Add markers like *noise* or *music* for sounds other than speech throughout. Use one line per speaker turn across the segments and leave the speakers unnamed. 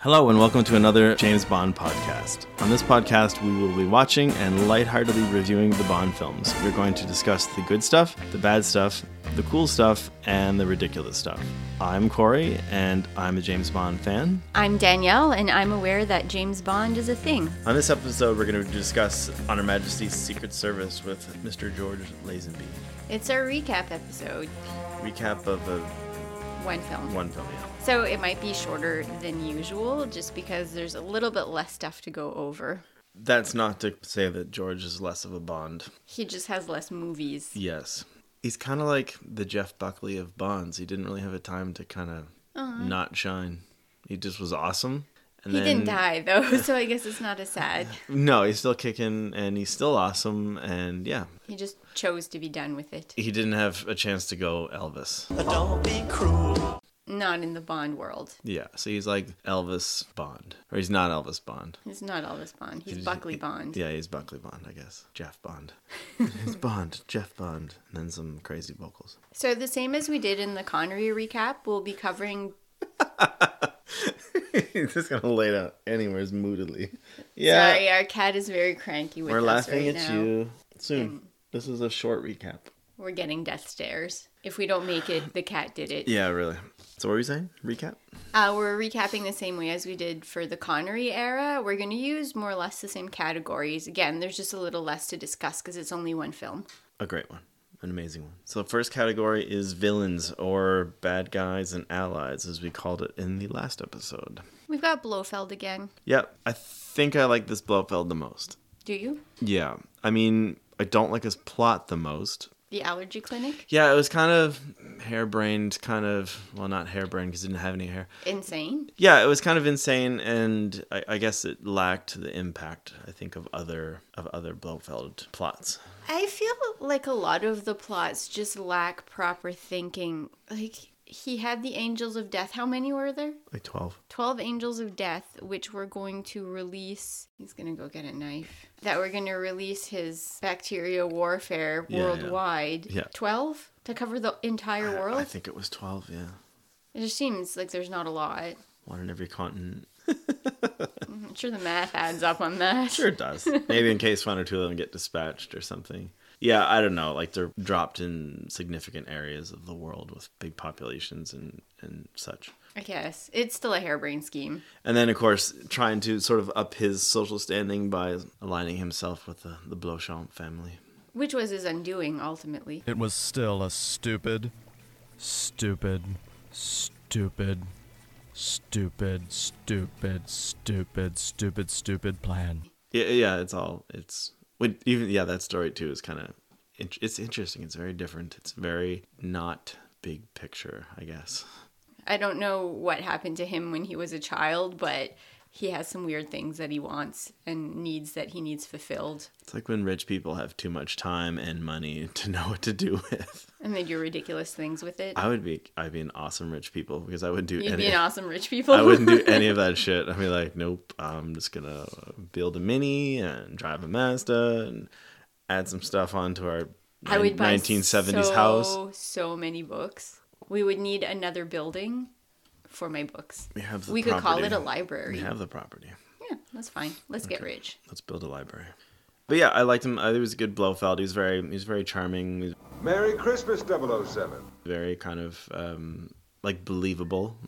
Hello, and welcome to another James Bond podcast. On this podcast, we will be watching and lightheartedly reviewing the Bond films. We're going to discuss the good stuff, the bad stuff, the cool stuff, and the ridiculous stuff. I'm Corey, and I'm a James Bond fan.
I'm Danielle, and I'm aware that James Bond is a thing.
On this episode, we're going to discuss On Her Majesty's Secret Service with Mr. George Lazenby.
It's our recap episode,
Recap of a
one film.
one film, yeah.
So it might be shorter than usual just because there's a little bit less stuff to go over.
That's not to say that George is less of a Bond.
He just has less movies.
Yes. He's kind of like the Jeff Buckley of Bonds. He didn't really have a time to kind of not shine. He just was awesome. And
Uh-huh. He didn't die though, *laughs* so I guess it's not
*laughs*
as sad.
No, he's still kicking and he's still awesome. And yeah,
He just chose to be done with it.
he didn't have a chance to go Elvis.
Don't be cruel.
Not in the Bond world.
Yeah, so he's like Elvis Bond. Or he's not Elvis Bond.
He's not Elvis Bond. He's
He's-
Buckley Bond.
Yeah, he's Buckley Bond, I guess. Jeff
*laughs*
Bond. he's Bond, Jeff Bond, and then some crazy *laughs* vocals.
So the same as we did in the Connery recap, we'll be covering
he's just going to lay down anywhere's moodily.
Sorry, our cat is very cranky with
We're
us
laughing
right
at
now.
you soon. This is a short recap.
We're getting death stares. If we don't make it, the cat did it.
Yeah, really. So what were you saying? Recap?
Uh, we're recapping the same way as we did for the Connery era. We're going to use more or less the same categories. Again, there's just a little less to discuss because it's only one film.
A great one. An amazing one. So the first category is villains or bad guys and allies, as we called it in the last episode.
We've got Blofeld again.
Yep. I think I like this Blofeld the most.
Do you?
Yeah. I mean, I don't like his plot the most.
The allergy clinic?
Yeah, it was kind of harebrained, kind of, well, not harebrained because he didn't have any hair.
Insane.
yeah it was kind of insane and I, I guess it lacked the impact i think of other of other blofeld plots
I feel like a lot of the plots just lack proper thinking. Like, he had the Angels of Death. How many were there?
like 12
12 Angels of Death, which we're going to release. He's going to go get a knife. That we're going to release his bacteria warfare
Yeah, yeah.
worldwide.
Yeah.
12 to cover the entire world?
i think it was 12 yeah
it just seems like there's not a lot.
one in every continent
I'm sure the math adds up on that.
sure it does maybe in case one or two of them get dispatched or something yeah i don't know like they're dropped in significant areas of the world with big populations and and such
*laughs* I guess. It's still a harebrained scheme.
and then of course trying to sort of up his social standing by aligning himself with the, the blochamp family
Which was his undoing ultimately.
It was still a stupid, stupid, stupid, stupid, stupid, stupid, stupid, stupid plan.
Yeah, yeah, it's all it's when- even yeah that story too is kind of it's interesting. It's very different. It's very not big picture, I guess.
I don't know what happened to him when he was a child, but he has some weird things that he wants and needs that he needs fulfilled.
It's like when rich people have too much time and money *laughs* to know what to do with.
And they do ridiculous things with it.
I would be I'd be an awesome rich people because I would do
You'd
any
be an awesome rich
*laughs*
people.
I wouldn't do any of that shit. I'd be like, nope. I'm just gonna build a mini and drive a Mazda and add some stuff onto our
*laughs* I would buy
1970s
so,
house.
So many books. We would need another building for my books.
We have the
we could call it
property.
a
We
library.
have the property.
Yeah, that's fine. Let's get rich.
Let's build a library. But yeah, I liked him. I think he was a good Blofeld. He was very, he was very charming. He was
Merry Christmas, 007.
very kind of um, like believable. *laughs*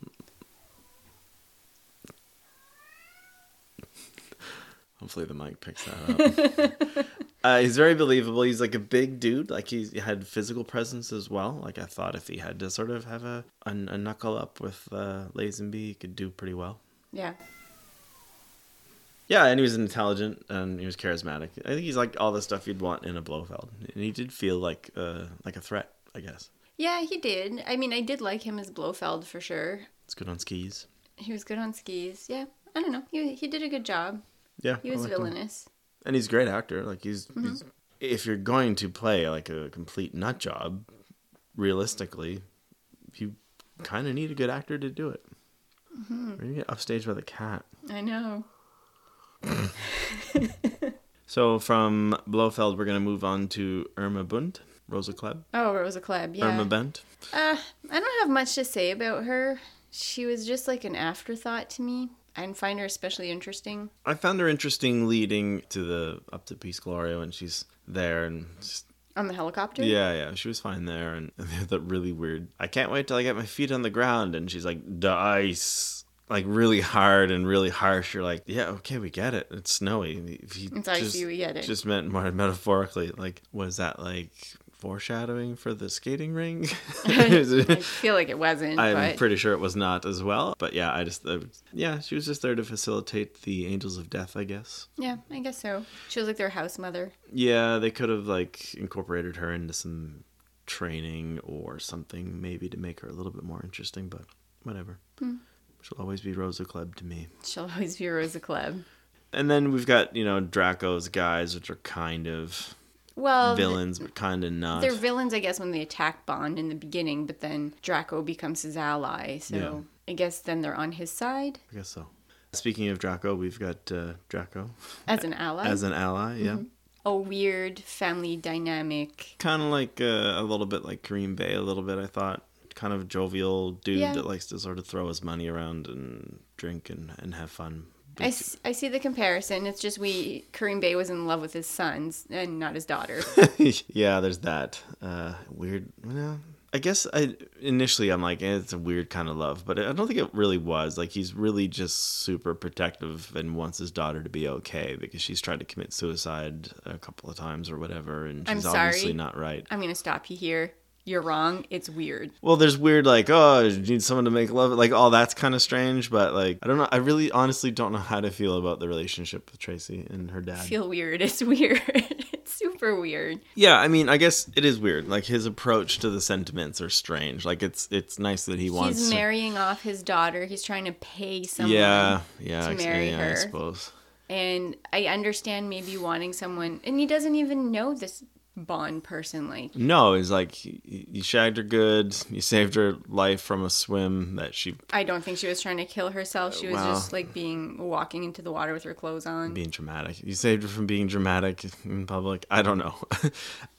Hopefully the mic picks that up. uh, he's very believable. He's like a big dude. Like he's- he had physical presence as well. Like I thought if he had to sort of have a a, a knuckle up with uh, Lazenby, he could do pretty well.
Yeah.
Yeah, and he was intelligent and he was charismatic. I think he's like all the stuff you'd want in a Blofeld, and he did feel like uh, like a threat. I guess
Yeah, he did. I mean, I did like him as Blofeld for sure.
it's good on skis.
He was good on skis. Yeah. I don't know. He, he did a good job.
Yeah, I
He was Mm-hmm.
liked him.
villainous.
and he's a great actor. Like he's, he's if you're going to play like a complete nut job, realistically, you kind of need a good actor to do it. We're
Mm-hmm.
gonna get upstaged by the cat.
I know.
So from Blofeld, we're gonna move on to Irma Bunt, Rosa Klebb,
Oh, Rosa Klebb. Yeah.
Irma Bent.
Uh, I don't have much to say about her. She was just like an afterthought to me. and find her especially interesting.
I found her interesting leading to the up to Peace Gloria when she's there and just
On the helicopter?
yeah, yeah, she was fine there and *laughs* they had that really weird I can't wait till I get my feet on the ground and she's like dice like really hard and really harsh. You're like, yeah, okay, we get it. It's snowy. If you
It's icy, we get it.
Just meant more *laughs* metaphorically. Like, was that like foreshadowing for the skating
*laughs*
ring?
*laughs*
*laughs*
I feel like it wasn't,
I'm
but
pretty sure it was not as well. But yeah, I just, uh, yeah, she was just there to facilitate the Angels of Death, I guess.
yeah, I guess so. She was like their house mother.
Yeah, they could have like incorporated her into some training or something, maybe to make her a little bit more interesting, but whatever.
Hmm.
She'll always be Rosa Klebb to me.
She'll always be Rosa Club.
And then we've got, you know, Draco's guys, which are kind of
Well, th-
villains, but kind of not.
they're villains, I guess, when they attack Bond in the beginning, but then Draco becomes his ally. So
Yeah.
I guess then they're on his side
I guess so. Speaking of Draco, we've got uh, Draco
as an ally.
as an ally, yeah.
a weird family dynamic.
kind of like uh, a little bit like Kareem Bay, a little bit. I thought kind of jovial dude
Yeah.
that likes to sort of throw his money around and drink and, and have fun.
I, s- I see the comparison. It's just we Kareem Bay was in love with his sons and not his daughter.
*laughs* yeah, there's that uh, weird. Well, I guess I initially I'm like eh, it's a weird kind of love, but I don't think it really was. Like he's really just super protective and wants his daughter to be okay because she's tried to commit suicide a couple of times or whatever, and
I'm
she's
sorry.
obviously not right.
I'm gonna stop you here. You're wrong. It's weird.
Well, there's weird like, oh, you need someone to make love, like all that's kind of strange. But like, I don't know. I really, honestly, don't know how to feel about the relationship with Tracy and her dad.
Feel weird. *laughs* It's weird. it's super weird.
yeah, I mean, I guess it is weird. Like his approach to the sentiments are strange. Like it's it's nice that he wants.
He's
to-
marrying off his daughter. He's trying to pay someone.
yeah, yeah,
to
ex-
marry
yeah, I
her.
suppose.
And I understand maybe wanting someone, and he doesn't even know this Bond person. Like,
No, he's like, y- y- you shagged her good. You saved her life from a swim that she
I don't think she was trying to kill herself. She was
Wow.
just like being walking into the water with her clothes on.
being dramatic. You saved her from being dramatic in public. I don't know. *laughs*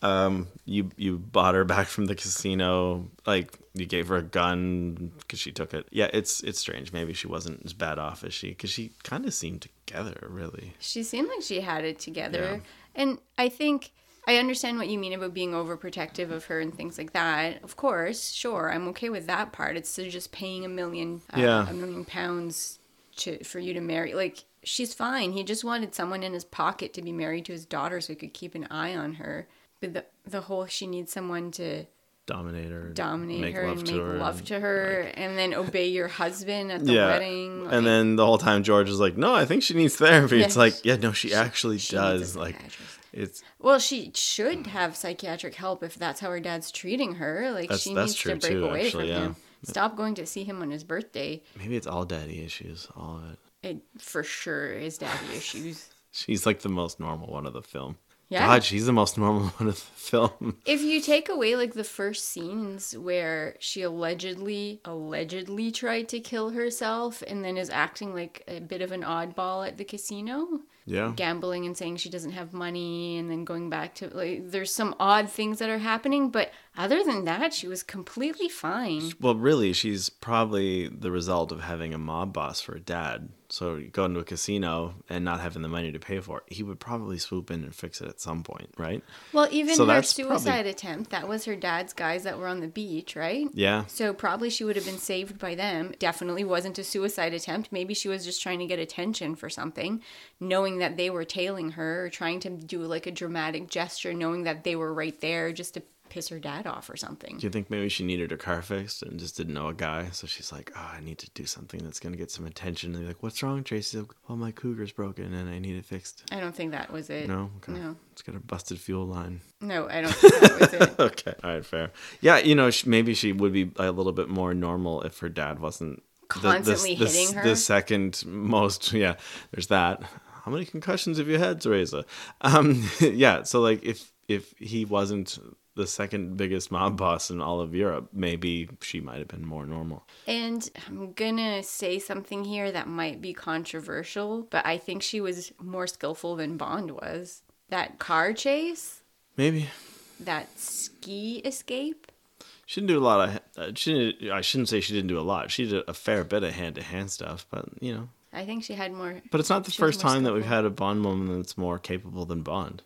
um, you you bought her back from the casino. Like you gave her a gun because she took it. Yeah, it's it's strange. Maybe she wasn't as bad off as she because she kind of seemed together really.
She seemed like she had it together. And I think I understand what you mean about being overprotective of her and things like that. Of course, sure, I'm okay with that part. It's just paying a million, uh,
Yeah.
a million pounds to, for you to marry. Like she's fine. He just wanted someone in his pocket to be married to his daughter so he could keep an eye on her. But the the whole she needs someone to
Dominate her.
dominate
make
her
love
and
to
make
her
love
and,
to her and then obey your husband at the
yeah,
wedding.
and
like,
then the whole time George is like, "No, I think she needs therapy." It's
Yes.
like, "Yeah, no, she, actually
she needs a
does." Like,
psychiatrist.
it's
Well, she should have psychiatric help if that's how her dad's treating her. Like
That's-
she
that's
needs
true
to break
too,
away
actually,
from
yeah.
him. Stop going to see him on his birthday.
maybe it's all daddy issues, all of it.
It for sure is daddy issues.
She's like the most normal one of the film.
Yeah.
God, she's the most normal *laughs* one of the film.
If you take away like the first scenes where she allegedly allegedly tried to kill herself and then is acting like a bit of an oddball at the casino,
Yeah.
gambling and saying she doesn't have money and then going back to like there's some odd things that are happening, but other than that, she was completely fine.
Well, really, she's probably the result of having a mob boss for a dad. So going to a casino and not having the money to pay for it, he would probably swoop in and fix it at some point, right?
Well, even
So
her
that's probably-
suicide attempt, that was her dad's guys that were on the beach, right?
Yeah.
So probably she would have been saved by them. Definitely wasn't a suicide attempt. Maybe she was just trying to get attention for something, knowing that they were tailing her or trying to do like a dramatic gesture, knowing that they were right there just to piss her dad off or something.
Do you think maybe she needed her car fixed and just didn't know a guy? So she's like, oh, I need to do something that's going to get some attention. And they're like, what's wrong, Tracy? Like, oh, my cougar's broken and I need it fixed.
I don't think that was it.
No? Okay.
No.
It's got a busted fuel line.
No, I don't think that was
*laughs*
it. *laughs*
Okay. All right. Fair. Yeah. You know, she, maybe she would be a little bit more normal if her dad wasn't the- the-
Constantly
the,
hitting her.
The second most. *laughs* Yeah. There's that. How many concussions have you had, Teresa? Um. *laughs* Yeah. So like, if if he wasn't the second biggest mob *laughs* boss in all of Europe, maybe she might have been more normal.
And I'm gonna say something here that might be controversial, but I think she was more skillful than Bond was. That car chase,
Maybe.
that ski escape.
She didn't do a lot of. Uh, she didn't, I shouldn't say she didn't do a lot. She did a fair bit of hand to hand stuff, but you know,
I think she had more.
But it's not the
she was
first
more
time that we've
skillful.
had a Bond moment that's more capable than Bond.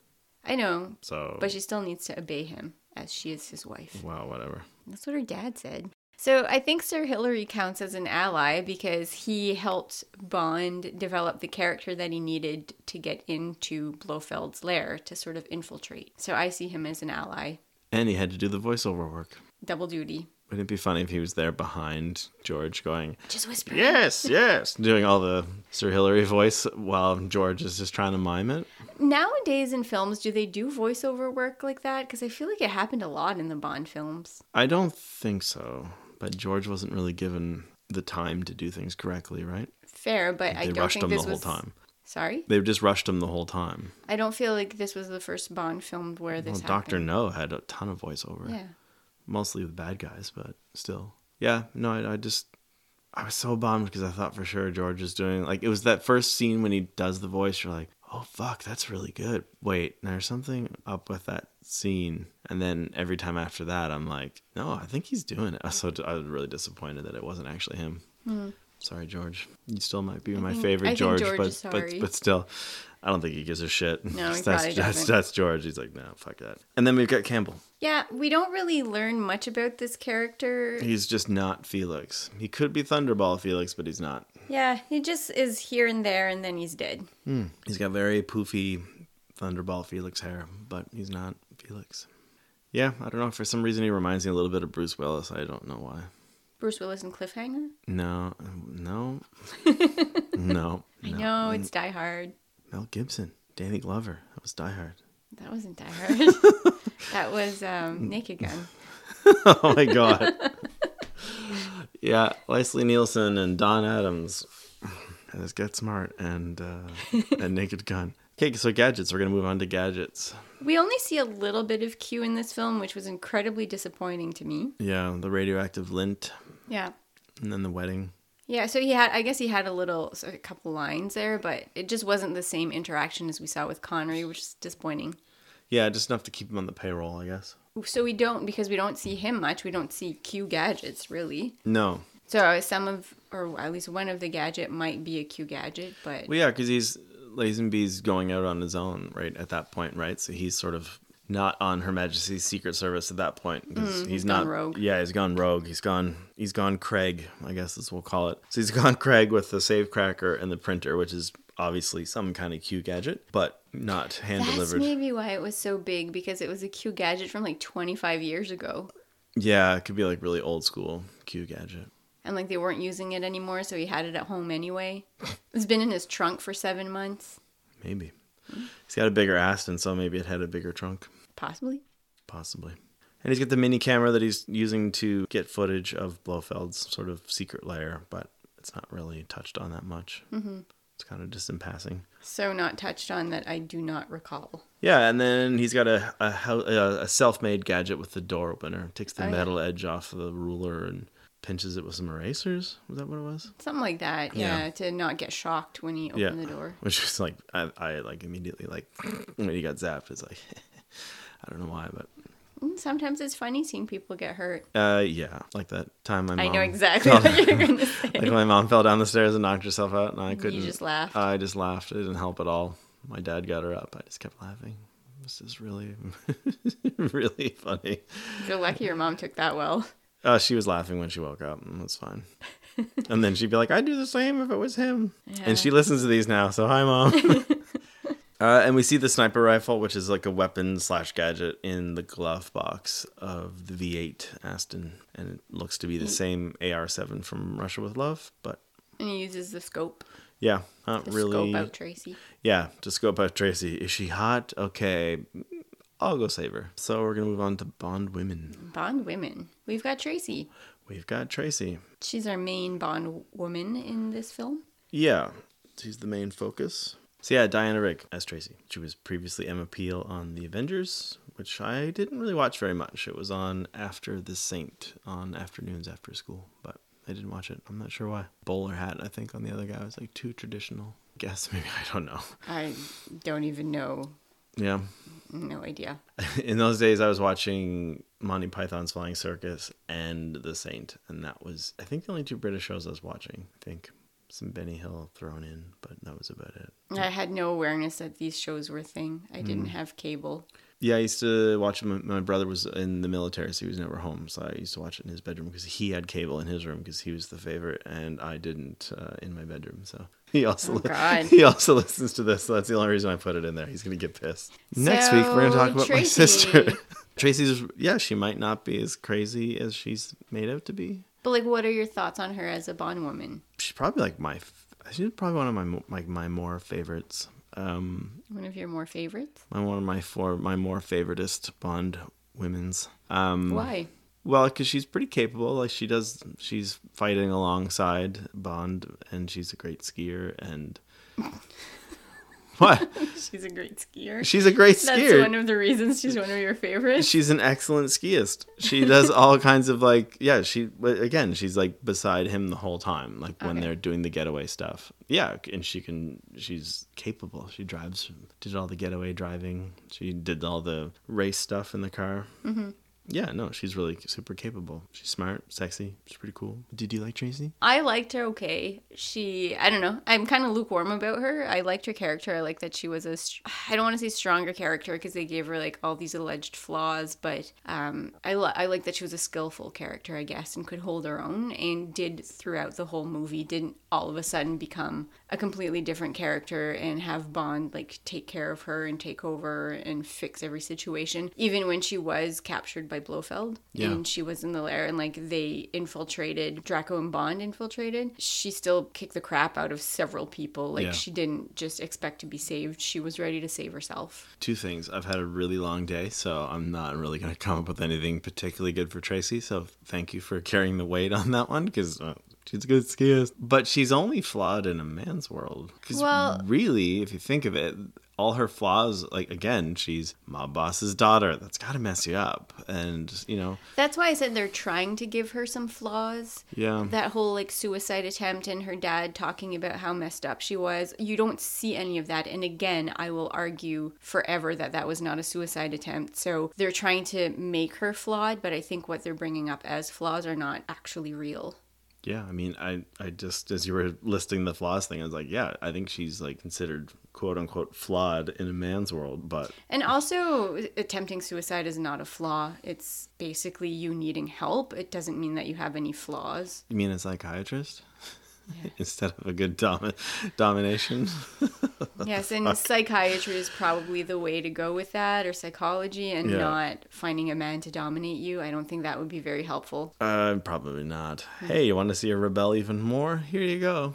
I know,
So,
but she still needs to obey him as she is his wife.
wow, whatever.
That's what her dad said. So I think Sir Hillary counts as an ally because he helped Bond develop the character that he needed to get into Blofeld's lair to sort of infiltrate. So I see him as an ally.
And he had to do the voiceover work.
Double duty.
Wouldn't it be funny if he was there behind George going,
Just whisper.
Yes, yes, doing all the Sir Hillary voice while George is just trying to mime it?
Nowadays in films, do they do voiceover work like that? Because I feel like it happened a lot in the Bond films.
I don't think so. But George wasn't really given the time to do things correctly, right?
Fair, but I
they
don't
rushed
think
him the
this
whole
was.
time.
Sorry,
They just rushed him the whole time.
I don't feel like this was the first Bond film where this
Well, Doctor
happened.
No had a ton of voiceover,
Yeah,
mostly with bad guys, but still. Yeah, no, I, I just I was so bummed because I thought for sure George was doing like it was that first scene when he does the voice. You're like, oh fuck, that's really good. Wait, there's something up with that scene. And then every time after that, I'm like, no, I think he's doing it. *laughs* I was So I was really disappointed that it wasn't actually him. Sorry, George. You still might be my
think- Hmm. I
favorite
think
George,
George
but,
is sorry.
but but still, I don't think he gives a shit.
No,
*laughs*
he
that's,
probably
that's,
doesn't.
that's George. He's like, no, fuck that. And then we've got Campbell.
yeah. We don't really learn much about this character.
He's just not Felix. He could be Thunderball Felix, but he's not.
Yeah, he just is here and there, and then he's dead.
He's got very poofy Thunderball Felix hair, but he's not Felix. Yeah, I don't know. For some reason, he reminds me a little bit of Bruce Willis. I don't know why.
Bruce Willis and Cliffhanger.
No, no, no.
I
no.
know it's Die Hard.
Mel Gibson, Danny Glover. That was Die Hard. *laughs*
That wasn't Die Hard. that was um, Naked Gun.
Oh my god. yeah, Leslie Nielsen and Don Adams. And it's Get Smart and uh, and Naked Gun. Okay, so gadgets. We're gonna move on to gadgets.
We only see a little bit of Q in this film, which was incredibly disappointing to me.
Yeah, the radioactive lint,
Yeah.
and then the wedding.
Yeah, so he had, I guess he had a little, so a couple lines there, but it just wasn't the same interaction as we saw with Connery, which is disappointing.
Yeah, just enough to keep him on the payroll, I guess.
So we don't, because we don't see him much, we don't see Q gadgets really.
No,
So some of, or at least one of the gadget might be a Q gadget, but
well, yeah, because he's Lazenby's going out on his own, right? At that point, right? So he's sort of not on Her Majesty's Secret Service at that point. 'cause he's
Mm, gone
not
rogue.
Yeah, he's gone rogue. He's gone. He's gone Craig. I guess is what we'll call it. So he's *laughs* gone Craig with the save cracker and the printer, which is obviously some kind of Q gadget, but not hand
that's
delivered.
maybe why it was so big, because it was a Q gadget from like 25 years ago.
Yeah, it could be like really old school Q gadget.
And like they weren't using it anymore, so he had it at
*laughs*
home anyway. It's been in his trunk for seven months,
Maybe. He's got a bigger Aston, so maybe it had a bigger trunk.
possibly.
Possibly. And he's got the mini camera that he's using to get footage of Blofeld's sort of secret lair, but it's not really touched on that much. Mm-hmm. It's kind of just in passing.
So not touched on that I do not recall.
Yeah, and then he's got a a, hou- a, a self made gadget with the door opener. Takes the
Oh, yeah.
metal edge off of the ruler and pinches it with some erasers. Was that what it was? *laughs*
Something like that, yeah,
Yeah.
to not get shocked when he opened
yeah,
the door.
which is like I, I like immediately like *laughs* when he got zapped. It's like *laughs* I don't know why, but
Mm, Sometimes it's funny seeing people get hurt.
uh, yeah, like that time my mom
I know
*laughs*
exactly what you're going to say.
like my mom fell down the stairs and knocked herself out, and I couldn't. uh,
just laughed.
I just laughed. It didn't help at all. My dad got her up. I just kept laughing. This is really, *laughs* really funny.
You're lucky your mom took that well.
Uh, she was laughing when she woke up, and that's
*laughs*
fine. and then she'd be like, "I'd do the same if it was him."
Yeah.
And she listens to these now, so hi, mom.
*laughs*
*laughs* uh, and we see the sniper rifle, which is like a weapon slash gadget, in the glove box of the V8 Aston, and it looks to be
Mm.
the same AR-7 from Russia with Love, but
And he uses the scope,
yeah, not
the
really.
scope out Tracy.
Yeah, to scope out Tracy. Is she hot? Okay, I'll go save her. So we're gonna move on to Bond women.
Bond women. We've got Tracy.
We've got Tracy.
She's our main Bond woman in this film.
Yeah, she's the main focus. So yeah, Diana Rigg as Tracy. She was previously Emma Peel on The Avengers, which I didn't really watch very much. It was on after The Saint on afternoons after school, but I didn't watch it. I'm not sure why. Bowler hat, I think, on the other guy was like too traditional. Guess *laughs* maybe I don't know.
I don't even know.
Yeah. *laughs*
No idea.
in those days I was watching Monty Python's Flying Circus and The Saint, and that was I think the only two British shows I was watching. I think some Benny Hill thrown in, but that was about it.
I had no awareness that these shows were a thing. I didn't
Mm.
have cable.
Yeah, I used to watch my, my brother was in the military, so he was never home. So I used to watch it in his bedroom because he had cable in his room because he was the favorite, and I didn't uh, in my bedroom. So *laughs* he also
Oh, God.
*laughs* he also listens to this. So that's the only reason I put it in there. He's gonna get pissed. Next week we're gonna
So,
talk about my
Tracy.
sister. *laughs* Tracy's yeah, she might not be as crazy as she's made out to be.
But like, what are your thoughts on her as a Bond woman?
She's probably like my f- she's probably one of my mo- like my more favorites. Um,
One of your more favorites?
my one of my four my more favoritist Bond women's. Um,
Why?
Well, because she's pretty capable. Like she does, she's fighting alongside Bond, and she's a great skier.
*laughs*
And what?
She's a great skier.
She's a great
That's
skier.
one of the reasons she's one of your favorites.
she's an excellent skiist. She does all kinds of like, yeah. She but again, she's like beside him the whole time, like when
Okay.
they're doing the getaway stuff. Yeah, and she can. She's capable. She drives. Did all the getaway driving. She did all the race stuff in the car. Mm-hmm. Yeah, no, she's really super capable. She's smart, sexy. She's pretty cool. Did you like Tracy?
I liked her okay. She, I don't know. I'm kind of lukewarm about her. I liked her character. I like that she was a, str- I don't want to say stronger character because they gave her like all these alleged flaws, but um, I, li- I like that she was a skillful character, I guess, and could hold her own and did throughout the whole movie. Didn't all of a sudden become a completely different character and have Bond like take care of her and take over and fix every situation, even when she was captured by Blofeld
Yeah.
and she was in the lair and like they infiltrated Draco and Bond infiltrated, she still kicked the crap out of several people. Like
Yeah.
she didn't just expect to be saved. She was ready to save herself.
Two things. I've had a really long day, so I'm not really going to come up with anything particularly good for Tracy. So thank you for carrying the weight on that one because uh, she's a good skier. But she's only flawed in a man's world. Because
Well-
really, if you think of it, all her flaws, like again, she's mob boss's daughter. That's got to mess you up. And, you know,
That's why I said they're trying to give her some flaws.
yeah.
That whole like suicide attempt and her dad talking about how messed up she was. You don't see any of that. And again, I will argue forever that that was not a suicide attempt. So they're trying to make her flawed, but I think what they're bringing up as flaws are not actually real.
Yeah, I mean, I, I just as you were listing the flaws thing, I was like, yeah, I think she's like considered quote unquote flawed in a man's world, but
And also, attempting suicide is not a flaw. It's basically you needing help. It doesn't mean that you have any flaws.
You mean a psychiatrist? *laughs* Instead of a good domi- domination?
yes, and psychiatry is probably the way to go with that, or psychology, and
Yeah.
not finding a man to dominate you. I don't think that would be very helpful.
Uh, probably not. Hey, you want to see her rebel even more? Here you go.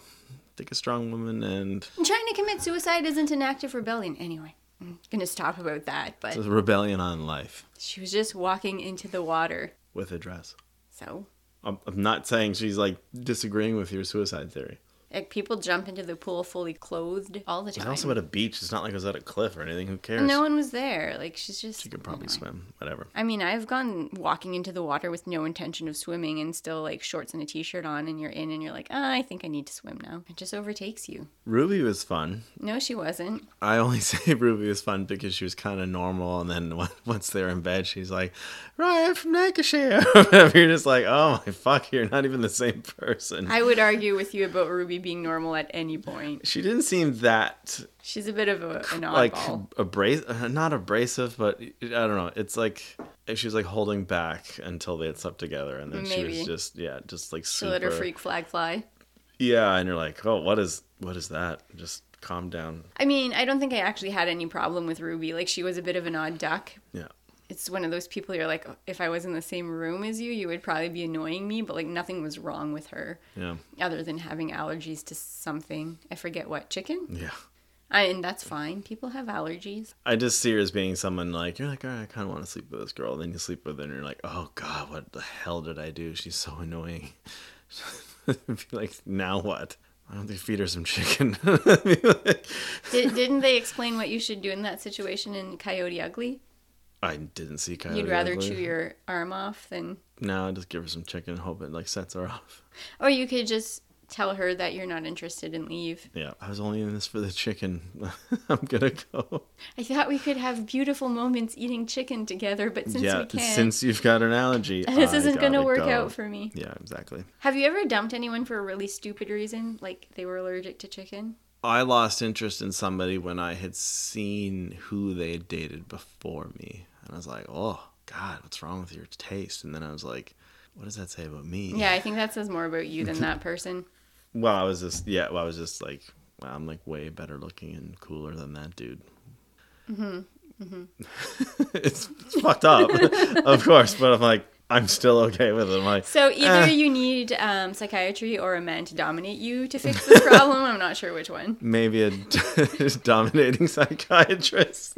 Take a strong woman and
And trying to commit suicide isn't an act of rebellion. Anyway, I'm going to stop about that.
it's
But
a rebellion on life
she was just walking into the water.
with a dress.
So,
I'm, I'm not saying she's like disagreeing with your suicide theory.
like, people jump into the pool fully clothed all the
It's
time.
also at a beach. It's not like it was at a cliff or anything. Who cares?
no one was there. Like, she's just.
She could probably
Anyway.
swim. Whatever.
I mean, I've gone walking into the water with no intention of swimming and still like shorts and a t shirt on, and you're in and you're like, ah, I think I need to swim now. It just overtakes you.
Ruby was fun.
No, she wasn't.
I only *laughs* say Ruby was fun because she was kind of normal, and then on- *laughs* once they were in bed, she's like, "Right, I'm from Lancashire." *laughs* you're just like, "Oh my fuck, you're not even the same person."
I would argue with you about Ruby being normal at any point.
she didn't seem that
She's a bit of a, an oddball.
like abrasive, not abrasive, but I don't know. It's like she was like holding back until they had slept together, and then she
Maybe.
was just yeah, just like
she
super.
let her freak flag fly.
Yeah, and you're like, "Oh, what is what is that?" Just calm down.
I mean, I don't think I actually had any problem with Ruby. Like, she was a bit of an odd duck.
Yeah.
It's one of those people you're like, if I was in the same room as you, you would probably be annoying me, but like, nothing was wrong with her
Yeah,
other than having allergies to something. I forget what, chicken?
yeah.
I mean, that's fine. People have allergies.
I just see her as being someone like you're like, all right, I kind of want to sleep with this girl. Then you sleep with her, and you're like, oh god, what the hell did I do? She's so annoying. *laughs* Be like, now what? Why don't they feed her some chicken? *laughs* Be like-
Did, didn't they explain what you should do in that situation in Coyote Ugly?
I didn't see Coyote.
You'd rather
Ugly.
chew your arm off than.
No, just give her some chicken, and hope it like sets her off.
Or you could just Tell her that you're not interested and leave.
Yeah, I was only in this for the chicken. *laughs* I'm gonna go.
I thought we could have beautiful moments eating chicken together, but since
yeah,
we can't,
since you've got an allergy,
*laughs* this
I
isn't going to
gotta
work
go.
out for me.
Yeah, exactly.
Have you ever dumped anyone for a really stupid reason, like they were allergic to chicken?
I lost interest in somebody when I had seen who they had dated before me, and I was like, "Oh God, what's wrong with your taste?" And then I was like, "What does that say about me?"
Yeah, I think that says more about you than that person.
Well, I was just yeah. Well, I was just like, wow, I'm like way better looking and cooler than that dude. Mm-hmm. Mm-hmm. *laughs* it's, it's fucked up, *laughs* of course, but I'm like, I'm still okay with it. I'm like,
So either
Eh.
you need um, psychiatry or a man to dominate you to fix
*laughs*
this problem. I'm not sure which one.
maybe a *laughs* dominating psychiatrist,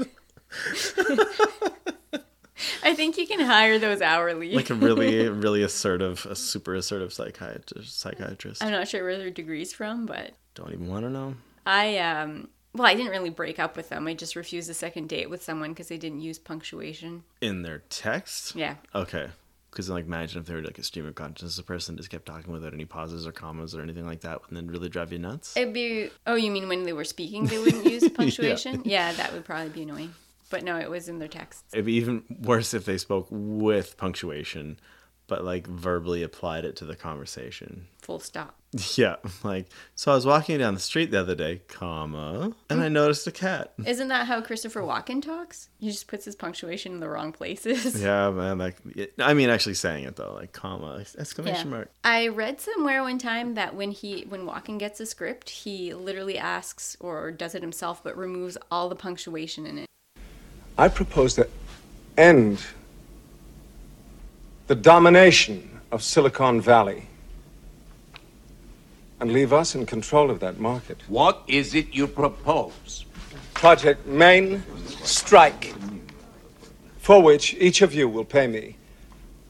I think you can hire those hourly. *laughs*
like a really, really assertive, a super assertive psychiatrist. Psychiatrist.
I'm not sure where their degrees from, but
Don't even want to know.
I um well, I didn't really break up with them. I just refused a second date with someone because they didn't use punctuation.
in their text.
Yeah.
Okay. Because like imagine if they were like a stream of consciousness, the person just kept talking without any pauses or commas or anything like that, and then really drive you nuts.
It'd be oh, you mean when they were speaking they
*laughs*
wouldn't use punctuation? yeah. that would probably be annoying. But no, it was in their texts.
It'd be even worse if they spoke with punctuation, but like verbally applied it to the conversation. *laughs*
Full stop.
Yeah, like so I was walking down the street the other day, comma, and I noticed a cat.
Isn't that how Christopher Walken talks? He just puts his punctuation in the wrong places.
Yeah, man. Like, it- I mean, actually saying it though, like comma, ex- exclamation mark.
I read somewhere one time that when he when Walken gets a script, he literally asks or does it himself but removes all the punctuation in it.
I propose that end the domination of Silicon Valley and leave us in control of that market.
What is it you propose?
Project Main Strike, for which each of you will pay me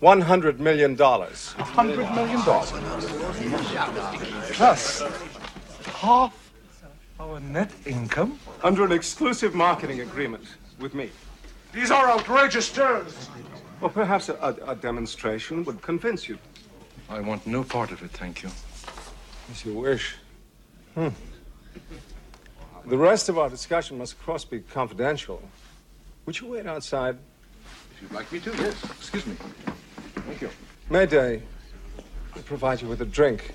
$100 million. $100 million? Plus half our net income? Under an exclusive marketing agreement with me.
These are outrageous terms.
Well, perhaps a, a, a demonstration would convince you.
I want no part of it, thank you.
As you wish. Hmm. The rest of our discussion must, of course, be confidential. Would you wait outside?
If you'd like me to, yes. Excuse me. Thank you.
Mayday, I'll provide you with a drink.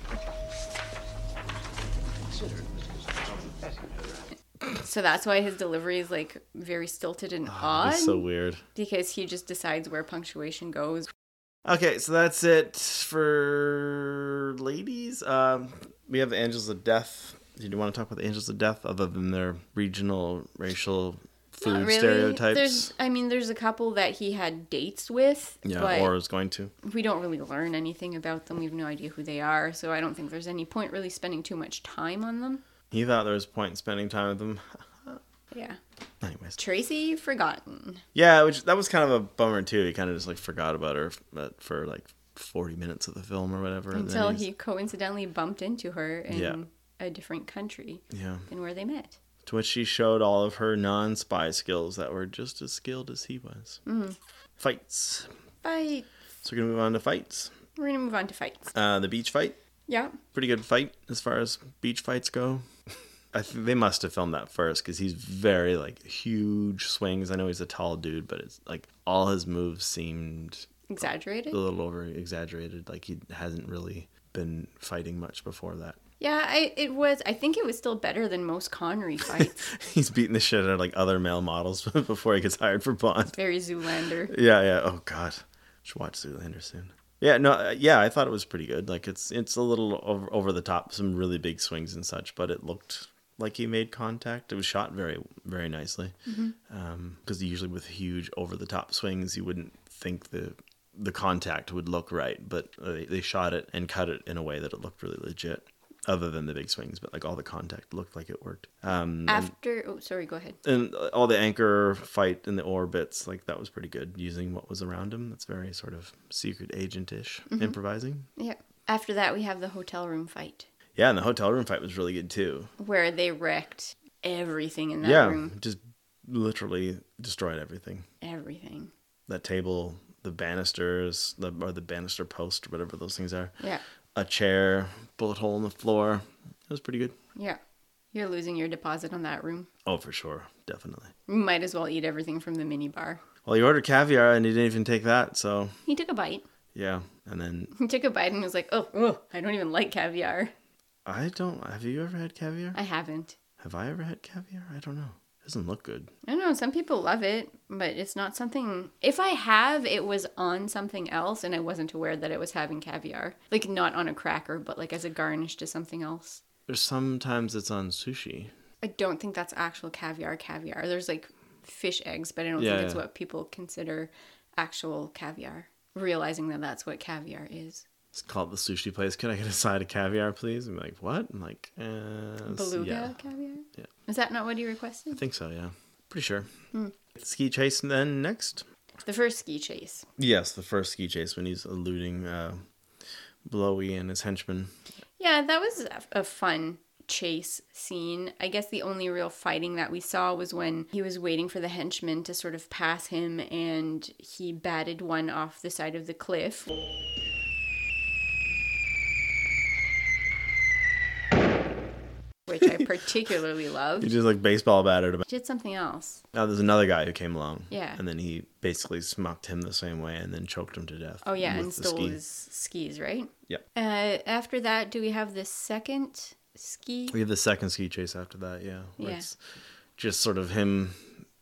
So that's why his delivery is like very stilted and odd.
It's Ah, so weird.
because he just decides where punctuation goes.
Okay, so that's it for ladies. Um, we have the Angels of Death. Did you want to talk about the Angels of Death other than their regional racial food
Not really.
stereotypes?
There's, I mean, there's a couple that he had dates with,
yeah,
but
or is going to.
we don't really learn anything about them. We have no idea who they are, so I don't think there's any point really spending too much time on them.
He thought there was a point in spending time with them. *laughs*
Yeah,
Anyways,
Tracy forgotten.
yeah, which that was kind of a bummer too. He kind of just like forgot about her f- but for like forty minutes of the film or whatever. and then
Until
he's-
he coincidentally bumped into her in
Yeah.
a different country
yeah,
than where they met.
to which she showed all of her non-spy skills that were just as skilled as he was.
Mm-hmm.
Fights.
Fight.
So we're gonna move on to fights.
We're gonna move on to fights.
Uh, the beach fight.
Yeah.
pretty good fight as far as beach fights go. I think they must have filmed that first because he's very like huge swings. I know he's a tall dude, but it's like all his moves seemed
Exaggerated.
a little over exaggerated. Like he hasn't really been fighting much before that. *laughs*
Yeah, I it was. I think it was still better than most Connery fights.
He's beating the shit out of like other male models *laughs* before he gets hired for Bond.
*laughs* Very Zoolander.
*laughs* Yeah, yeah. Oh God, should watch Zoolander soon. Yeah, no, uh, yeah. I thought it was pretty good. Like it's it's a little over, over the top, some really big swings and such, but it looked like he made contact. It was shot very very nicely. Because usually with huge over the top swings, you wouldn't think the the contact would look right, but uh, they, they shot it and cut it in a way that it looked really legit. Other than the big swings, but like all the contact looked like it worked Um,
After, oh, sorry, go ahead.
and uh, all the anchor fight in the orbits like that was pretty good using what was around him that's very sort of secret agent-ish
Mm-hmm.
improvising
Yeah. After that, we have the hotel room fight
yeah and the hotel room fight was really good too
where they wrecked everything in that
yeah
room.
just literally destroyed everything
Everything.
that table the banisters the or the banister post whatever those things are
Yeah.
a chair, bullet hole in the floor. It was pretty good.
Yeah. You're losing your deposit on that room.
Oh, for sure. Definitely.
You might as well eat everything from the mini bar.
Well, you ordered caviar and you didn't even take that, so
He took a bite.
yeah. And then
*laughs* He took a bite and was like, oh, ugh, I don't even like caviar.
I don't. Have you ever had caviar?
I haven't.
Have I ever had caviar? I don't know. doesn't look good.
I don't know. Some people love it, but it's not something. If I have, it was on something else, and I wasn't aware that I was having caviar. Like, not on a cracker, but like as a garnish to something else.
There's sometimes it's on sushi.
I don't think that's actual caviar caviar. There's like fish eggs, but I don't
Yeah,
think it's
yeah.
what people consider actual caviar, realizing that that's what caviar is.
It's called the sushi place. Can I get a side of caviar, please? I'm like, what? I'm like, uh, s-
Beluga
yeah,
caviar?
Yeah.
Is that not what he
I
requested?
think so. Yeah, pretty sure.
Hmm.
Ski chase, and then next.
The first ski chase.
Yes, the first ski chase when he's eluding uh, Blowy and his henchmen.
Yeah, that was a- a fun chase scene. I guess the only real fighting that we saw was when he was waiting for the henchman to sort of pass him and he batted one off the side of the cliff.
*laughs*
Which I particularly
He
loved.
just like baseball batted him.
Did something else.
Now there's another guy who came along.
Yeah.
And then he basically smucked him the same way and then choked him to death.
Oh, yeah,
with
and
the
stole
ski.
his skis, right?
Yep.
Uh, after that, do we have the second ski?
We have the second ski chase after that, yeah. Where
Yeah.
It's just sort of him,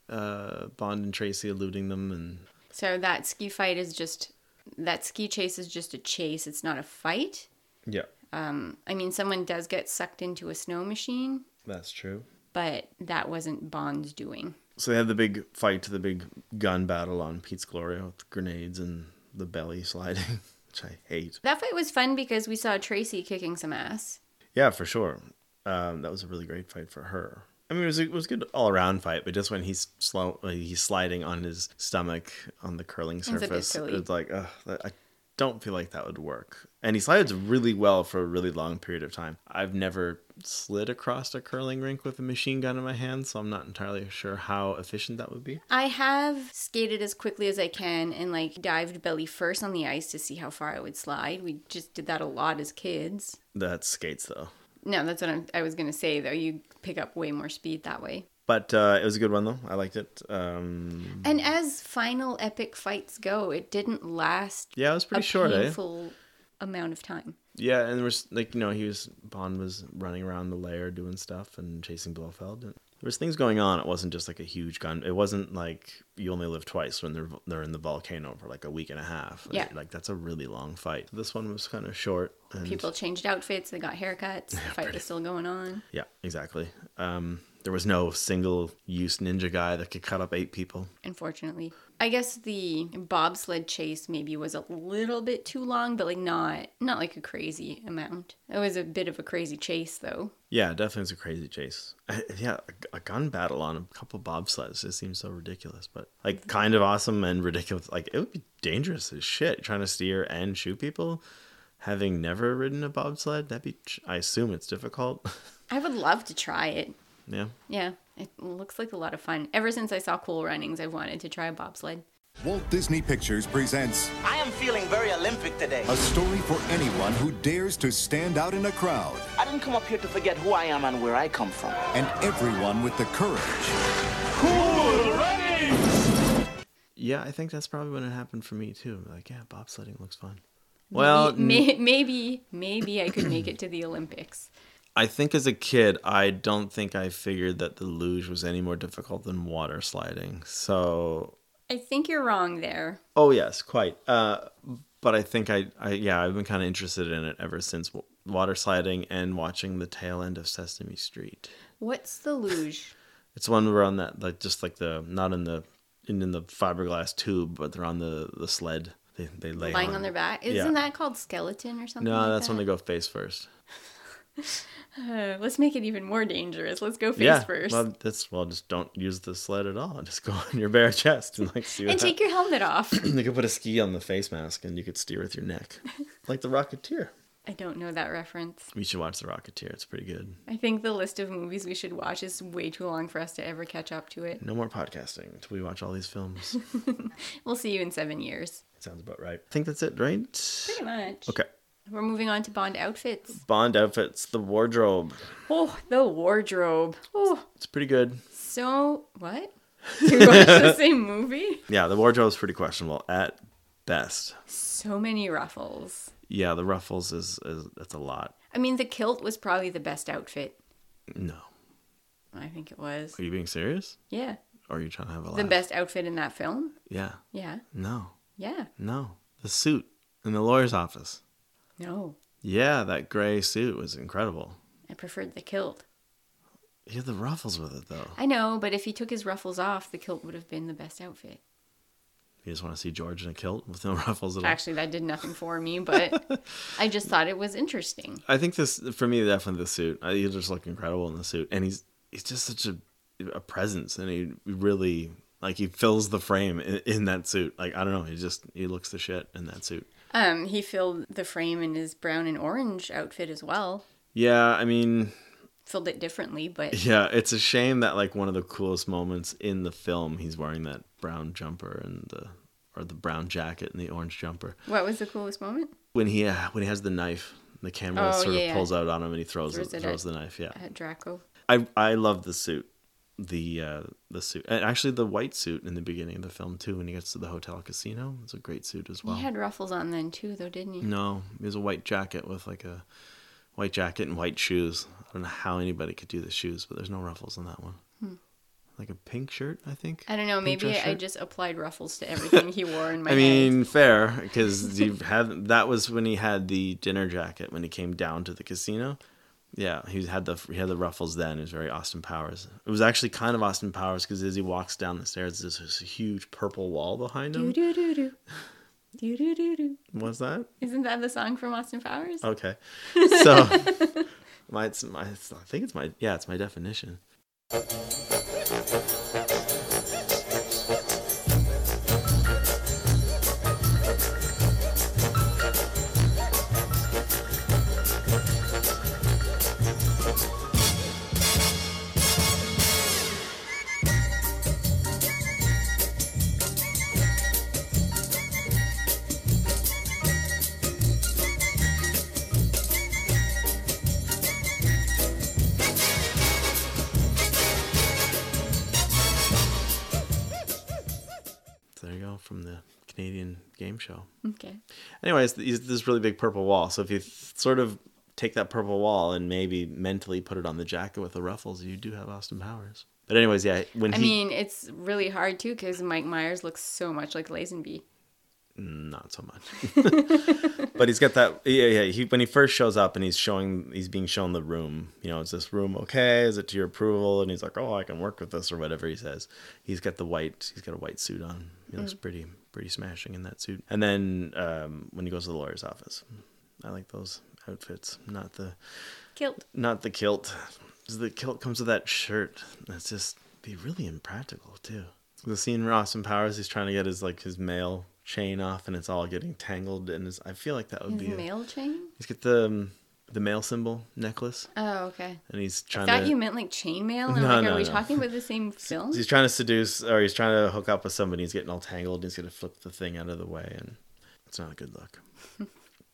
uh, Bond and Tracy eluding them, and
So that ski fight is just that ski chase is just a chase. It's not a fight.
yeah,
I mean, someone does get sucked into a snow machine,
that's true.
but that wasn't Bond's doing.
So they had the big fight, the big gun battle on Pete's Gloria with grenades and the belly sliding, *laughs* which I hate.
That fight was fun because we saw Tracy kicking some ass.
Yeah, for sure. Um, that was a really great fight for her. I mean, it was a, it was a good all around fight, but just when he's slow, like, he's sliding on his stomach on the curling
a bit
surface,
silly.
it's like ugh, that- I don't feel like that would work. And he slides really well for a really long period of time. I've never slid across a curling rink with a machine gun in my hand, so I'm not entirely sure how efficient that would be.
I have skated as quickly as I can and like dived belly first on the ice to see how far I would slide. We just did that a lot as kids.
That skates though.
No, that's what I'm, I was going to say though. You pick up way more speed that way.
But uh, it was a good one though. I liked it. Um,
And as final epic fights go, it didn't last
yeah, it was pretty
a
short, eh?
painful amount of time.
Yeah, and there was like you know he was Bond was running around the lair doing stuff and chasing Blofeld. And there was things going on. It wasn't just like a huge gun. It wasn't like you only live twice when they're they're in the volcano for like a week and a half.
Yeah.
like that's a really long fight. This one was kind of short. And
People changed outfits, they got
*laughs*
haircuts, the fight was still going on.
Yeah, exactly. Um, there was no single use ninja guy that could cut up eight people.
Unfortunately, I guess the bobsled chase maybe was a little bit too long, but like not not like a crazy amount. It was a bit of a crazy chase though.
Yeah, definitely was a crazy chase. yeah, a, a gun battle on a couple bobsleds just seems so ridiculous, but
Mm-hmm.
like kind of awesome and ridiculous. Like it would be dangerous as shit trying to steer and shoot people. Having never ridden a bobsled, that'd be. ch- I assume it's difficult. *laughs*
I would love to try it.
yeah.
Yeah, it looks like a lot of fun. Ever since I saw Cool Runnings, I've wanted to try bobsled.
Walt Disney Pictures presents
I am feeling very Olympic today.
a story for anyone who dares to stand out in a crowd
I didn't come up here to forget who I am and where I come from.
and everyone with the courage
Yeah, I think that's probably when it happened for me too. Like, yeah, bobsledding looks fun. Well,
May- may- maybe maybe I could make it to the Olympics.
I think as a kid, I don't think I figured that the luge was any more difficult than water sliding. So
I think you're wrong there.
Oh yes, quite. Uh, but I think I, I yeah, I've been kind of interested in it ever since w- water sliding and watching the tail end of Sesame Street.
What's the luge?
It's one where on that like just like the not in the in, in the fiberglass tube, but they're on the the sled. They they lay
lying on their back. Isn't
Yeah.
that called skeleton or something?
No,
like
that's
that?
when they go face first.
Uh, let's make it even more dangerous. Let's go face
yeah,
first.
well, that's well, just don't use the sled at all. *laughs* Just go on your bare chest and like see. What
and take your
*coughs*
helmet off.
happens. *clears throat* They could put a ski on the face mask, and you could steer with your
*laughs*
neck, like the Rocketeer.
I don't know that reference.
We should watch the Rocketeer. It's pretty good.
I think the list of movies we should watch is way too long for us to ever catch up to it.
No more podcasting until we watch all these films.
*laughs* We'll see you in seven years.
Sounds about right. I think that's it, right?
Pretty much.
Okay.
We're moving on to Bond outfits.
Bond outfits, the wardrobe.
Oh, the wardrobe. Oh,
It's pretty good.
so *laughs* what? You watch the same movie?
Yeah, the wardrobe's pretty questionable at best.
So many ruffles.
Yeah, the ruffles is, is that's a lot.
I mean, the kilt was probably the best outfit.
No.
I think it was.
Are you being serious?
Yeah.
Or are you trying to have a laugh?
The best outfit in that film?
Yeah.
Yeah.
No.
Yeah.
No. The suit in the lawyer's office.
No.
Yeah, that gray suit was incredible.
I preferred the kilt.
He had the ruffles with it though.
I know, but if he took his ruffles off, the kilt would have been the best outfit.
You just want to see George in a kilt with no *laughs* ruffles at all.
Actually, that did nothing for
*laughs*
me, but I just thought it was interesting.
I think this for me definitely the suit. Uh, He just looked incredible in the suit, and he's he's just such a a presence, and he really like he fills the frame in, in that suit. Like I don't know, he just he looks the shit in that suit.
Um, he filled the frame in his brown and orange outfit as well.
Yeah, I mean,
Filled it differently,
*laughs*
but
yeah, it's a shame that like one of the coolest moments in the film, he's wearing that brown jumper and the or the brown jacket and the orange jumper
what was the coolest moment?
when he uh, when he has the knife. The camera
Oh,
sort
yeah,
of
yeah.
pulls out on him, and he throws
Throws
it,
it
throws
at-
the knife. Yeah,
At Draco.
I I love the suit, the uh, the suit, and actually the white suit in the beginning of the film too. When he gets to the hotel casino, it's a great suit as well.
He had ruffles on then too, though, didn't he?
no, it was a white jacket with like a white jacket and white shoes. I don't know how anybody could do the shoes, but there's no ruffles on that one. Like a pink shirt, I think.
Hmm. I don't know.
Pink
Maybe
dress
I
shirt?
just applied ruffles to everything he wore in my
*laughs* I mean, fair because you had that was when he had the dinner jacket when he came down to the casino. Yeah, he had the he had the ruffles then. It was very Austin Powers. It was actually kind of Austin Powers because as he walks down the stairs, there's this huge purple wall behind him.
head. Do do do do do do do.
What's that?
Isn't that the song from Austin Powers?
Okay, so my it's my it's, I think it's my yeah it's my definition. So there you go from the Canadian game show.
Okay.
Anyways, th- this really big purple wall. So if you th- sort of take that purple wall and maybe mentally put it on the jacket with the ruffles, you do have Austin Powers. But anyways, yeah, when
I
he
mean, it's really hard too because Mike Myers looks so much like Lazenby.
not so much, *laughs* but he's got that yeah yeah. He when he first shows up and he's showing he's being shown the room. You know, is this room okay? Is it to your approval? And he's like, oh, I can work with this or whatever he says. He's got the white he's got a white suit on. He looks
Mm.
pretty pretty smashing in that suit. And then um, when he goes to the lawyer's office, I like those outfits, not the
Kilt.
not the kilt. 'Cause The kilt comes with that shirt. That's just be really impractical too. The scene where Austin Powers he's trying to get his like his mail chain off and it's all getting tangled and his, I feel like that would
His
be a-
mail chain?
he's got the um, the mail symbol necklace
Oh, okay.
and he's
I
trying
thought
to
you meant like chainmail. And
No,
I'm like,
no,
are we
no.
talking about
*laughs*
the same film?
he's trying to seduce or he's trying to hook up with somebody. He's getting all tangled. and He's gonna flip the thing out of the way and it's not a good
*laughs*
look.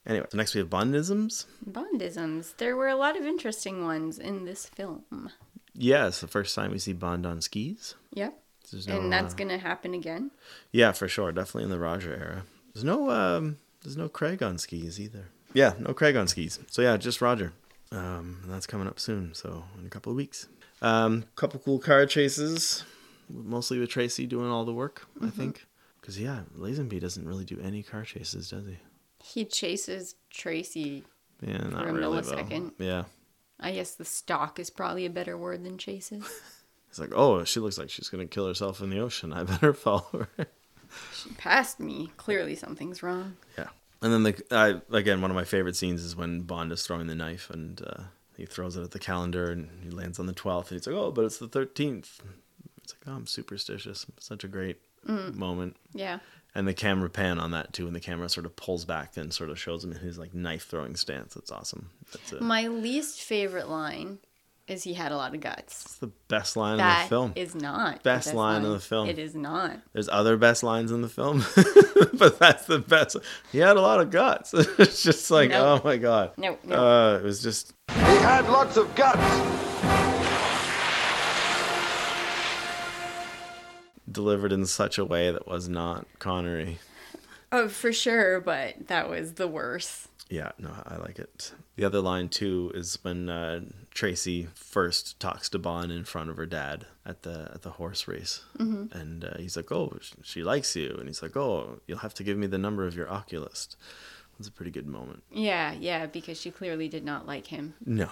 anyway, so next we have Bondisms.
Bondisms. There were a lot of interesting ones in this film.
Yeah, it's the first time we see Bond on skis.
Yep.
There's no,
And that's
uh,
going to happen again.
Yeah, for sure. Definitely in the Roger era. There's no um there's no Craig on skis either. Yeah, no Craig on skis. So yeah, just Roger. Um and that's coming up soon, so in a couple of weeks. Um couple cool car chases. Mostly with Tracy doing all the work, I think. Because yeah, Lazenby doesn't really do any car chases, does he?
He chases Tracy.
Yeah, not
For a
really. well.
millisecond.
Yeah.
I guess the stalk is probably a better word than chases.
*laughs* He's like, oh, she looks like she's gonna kill herself in the ocean. I better *laughs* follow her.
She passed me. Clearly something's wrong.
Yeah. And then the I, again, one of my favorite scenes is when Bond is throwing the knife and uh, he throws it at the calendar and he lands on the twelfth and he's like, "Oh, but it's the 13th. It's like, "Oh, I'm superstitious." Such a great moment.
Yeah.
And the camera pan on that too, and the camera sort of pulls back and sort of shows him in his like knife throwing stance. That's awesome. That's it.
My least favorite line is he had a lot of guts.
It's the best line in
That
the film.
is not the
Best line in the film.
It is not.
There's other best lines in the film, *laughs* but that's the best. He had a lot of guts. *laughs* it's just like, oh
No.
my god.
No, no.
Uh, it was just
He had lots of guts.
delivered in such a way that was not Connery.
Oh, for sure, but that was the worst.
Yeah, no, I like it. The other line too is when uh, Tracy first talks to Bond in front of her dad at the at the horse race, and uh, he's like, "Oh, sh- she likes you," and he's like, "Oh, you'll have to give me the number of your oculist." That's a pretty good moment.
Yeah, yeah, because she clearly did not like him.
No,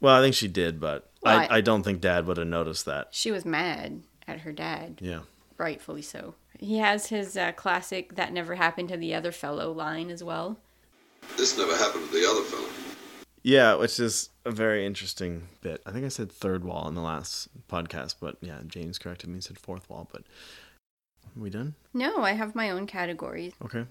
well, I think she did, but
Well, I-
I, I don't think Dad would have noticed that.
She was mad at her dad,
Yeah,
rightfully so. He has his uh, classic "That never happened to the other fellow" line as well.
This never happened to the other fellow.
yeah, which is a very interesting bit. I think I said third wall in the last podcast, but yeah, James corrected me and said fourth wall. But we done?
No, I have my own categories.
Okay.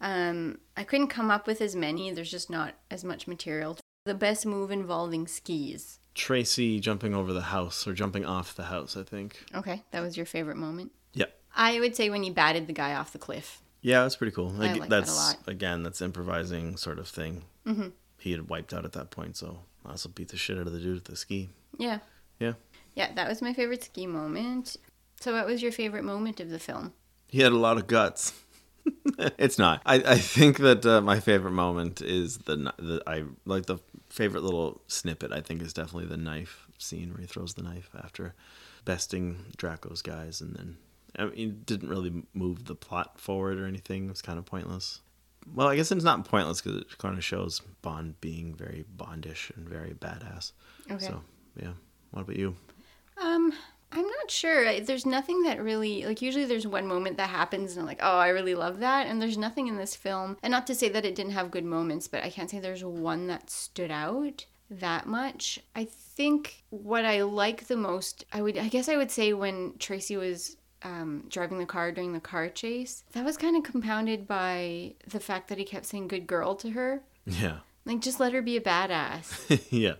Um, I couldn't come up with as many. There's just not as much material. The best move involving skis.
Tracy jumping over the house or jumping off the house, I think.
Okay, that was your favorite moment.
Yeah.
I would say when he batted the guy off the cliff.
Yeah, that's pretty cool. Like,
like that a
that's
lot.
again, that's improvising sort of thing. Mm-hmm. He had wiped out at that point, so I also beat the shit out of the dude with the ski.
Yeah,
Yeah.
yeah, that was my favorite ski moment. So, what was your favorite moment of the film?
He had a lot of guts. *laughs* it's not. I, I think that uh, my favorite moment is the, kn- the I like the favorite little snippet. I think is definitely the knife scene where he throws the knife after besting Draco's guys, and then I mean, it didn't really move the plot forward or anything. It was kind of pointless. Well, I guess it's not pointless because it kind of shows Bond being very Bondish and very badass.
Okay.
So yeah. What about you? *laughs*
Um, I'm not sure. I- There's nothing that really like. Usually, there's one moment that happens, and I'm like, oh, I really love that. And there's nothing in this film. And not to say that it didn't have good moments, but I can't say there's one that stood out that much. I think what I like the most, I would, I guess, I would say when Tracy was. Um, driving the car during the car chase. That was kind of compounded by the fact that he kept saying good girl to her.
Yeah. *laughs*
Like, just let her be a badass.
yeah.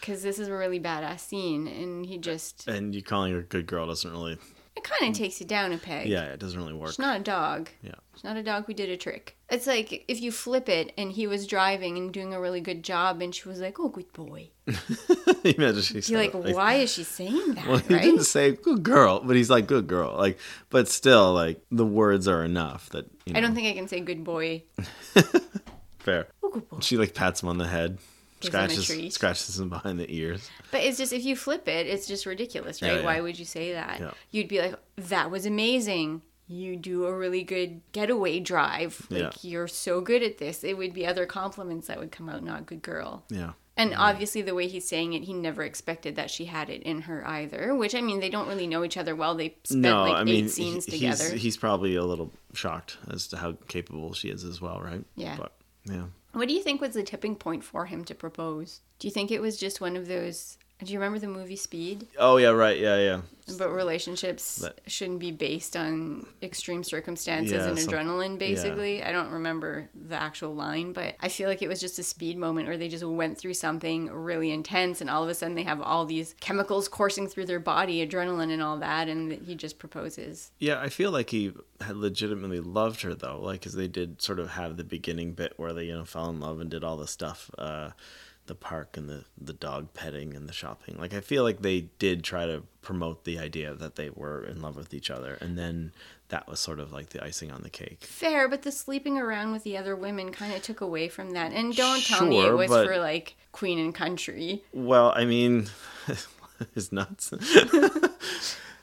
Because this is a really badass scene. And he just.
And you calling her a good girl doesn't really
It kind of takes it down a peg.
Mm. Yeah, it doesn't really work.
It's not a dog.
Yeah.
It's not a dog who did a trick. It's like if you flip it and he was driving and doing a really good job and she was like, oh, good boy.
*laughs* Imagine she said
You're like,
it
why is she saying that,
*laughs* Well, he
right?
didn't say good girl, but he's like good girl. Like, but still, like the words are enough that you know,
I don't think I can say good boy.
fair.
Oh, good boy.
She like pats him on the head,
Gives him a
scratches
treat.
scratches him behind the ears.
But it's just, if you flip it, it's just ridiculous, right?
Yeah, yeah.
Why would you say that?
Yeah.
You'd be like, that was amazing. You do a really good getaway drive. Like,
Yeah.
you're so good at this. It would be other compliments that would come out, not good girl.
Yeah,
And obviously, the way he's saying it, he never expected that she had it in her either. Which I mean, they don't really know each other well. They spent
no,
like
I
eight
mean
scenes
he- he's
together.
he's probably a little shocked as to how capable she is as well, right?
Yeah.
but yeah,
What do you think was the tipping point for him to propose? Do you think it was just one of those? Do you remember the movie Speed?
oh yeah, right, yeah, yeah.
But relationships
But-
shouldn't be based on extreme circumstances
Yeah,
and
some-
adrenaline, basically. I don't remember the actual line, but I feel like it was just a speed moment where they just went through something really intense, and all of a sudden they have all these chemicals coursing through their body, adrenaline and all that, and he just proposes.
Yeah, I feel like he had legitimately loved her though, like because they did sort of have the beginning bit where they you know fell in love and did all the stuff, uh, the park and the the dog petting and the shopping. Like I feel like they did try to promote the idea that they were in love with each other, and then that was sort of like the icing on the cake.
Fair, but the sleeping around with the other women kind of took away from that. And don't tell me it
Sure,
was
but-
for like Queen and Country.
Well, I mean, *laughs* it's nuts. *laughs*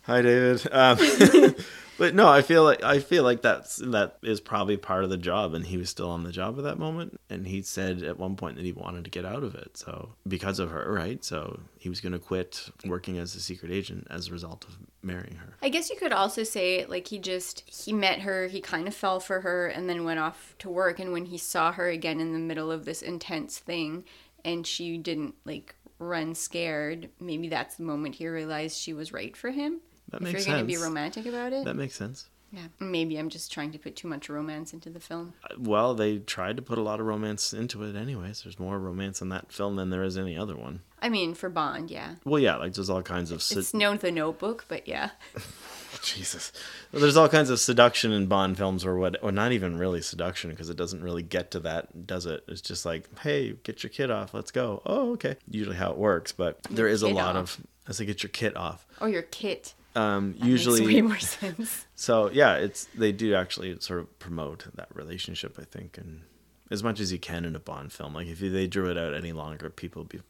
Hi, David. *laughs* Um, but no, I feel like I feel like that's that is probably part of the job, and he was still on the job at that moment, and he said at one point that he wanted to get out of it, so because of her, right? So he was going to quit working as a secret agent as a result of marrying her.
I guess you could also say like he just he met her, he kind of fell for her and then went off to work and when he saw her again in the middle of this intense thing and she didn't like run scared, maybe that's the moment he realized she was right for him.
That
if
makes
you're going to be
sense.
romantic about it.
That makes sense.
Yeah. Maybe I'm just trying to put too much romance into the film.
Well, they tried to put a lot of romance into it, anyways. There's more romance in that film than there is any other one.
I mean, for Bond, yeah.
Well, yeah, like there's all kinds of sed-
It's known as the notebook, but yeah.
Jesus. Well, there's all kinds of seduction in Bond films, or what? Or not even really seduction, because it doesn't really get to that, does it? It's just like, hey, get your kid off, let's go. Oh, okay. Usually how it works, but there is a
kid
lot
off.
of. I say get your kit off.
Or your kit.
Um,
Makes
usually,
way more *laughs* sense.
So yeah, it's they do actually sort of promote that relationship, I think, and as much as you can in a Bond film. Like if they drew it out any longer, people would be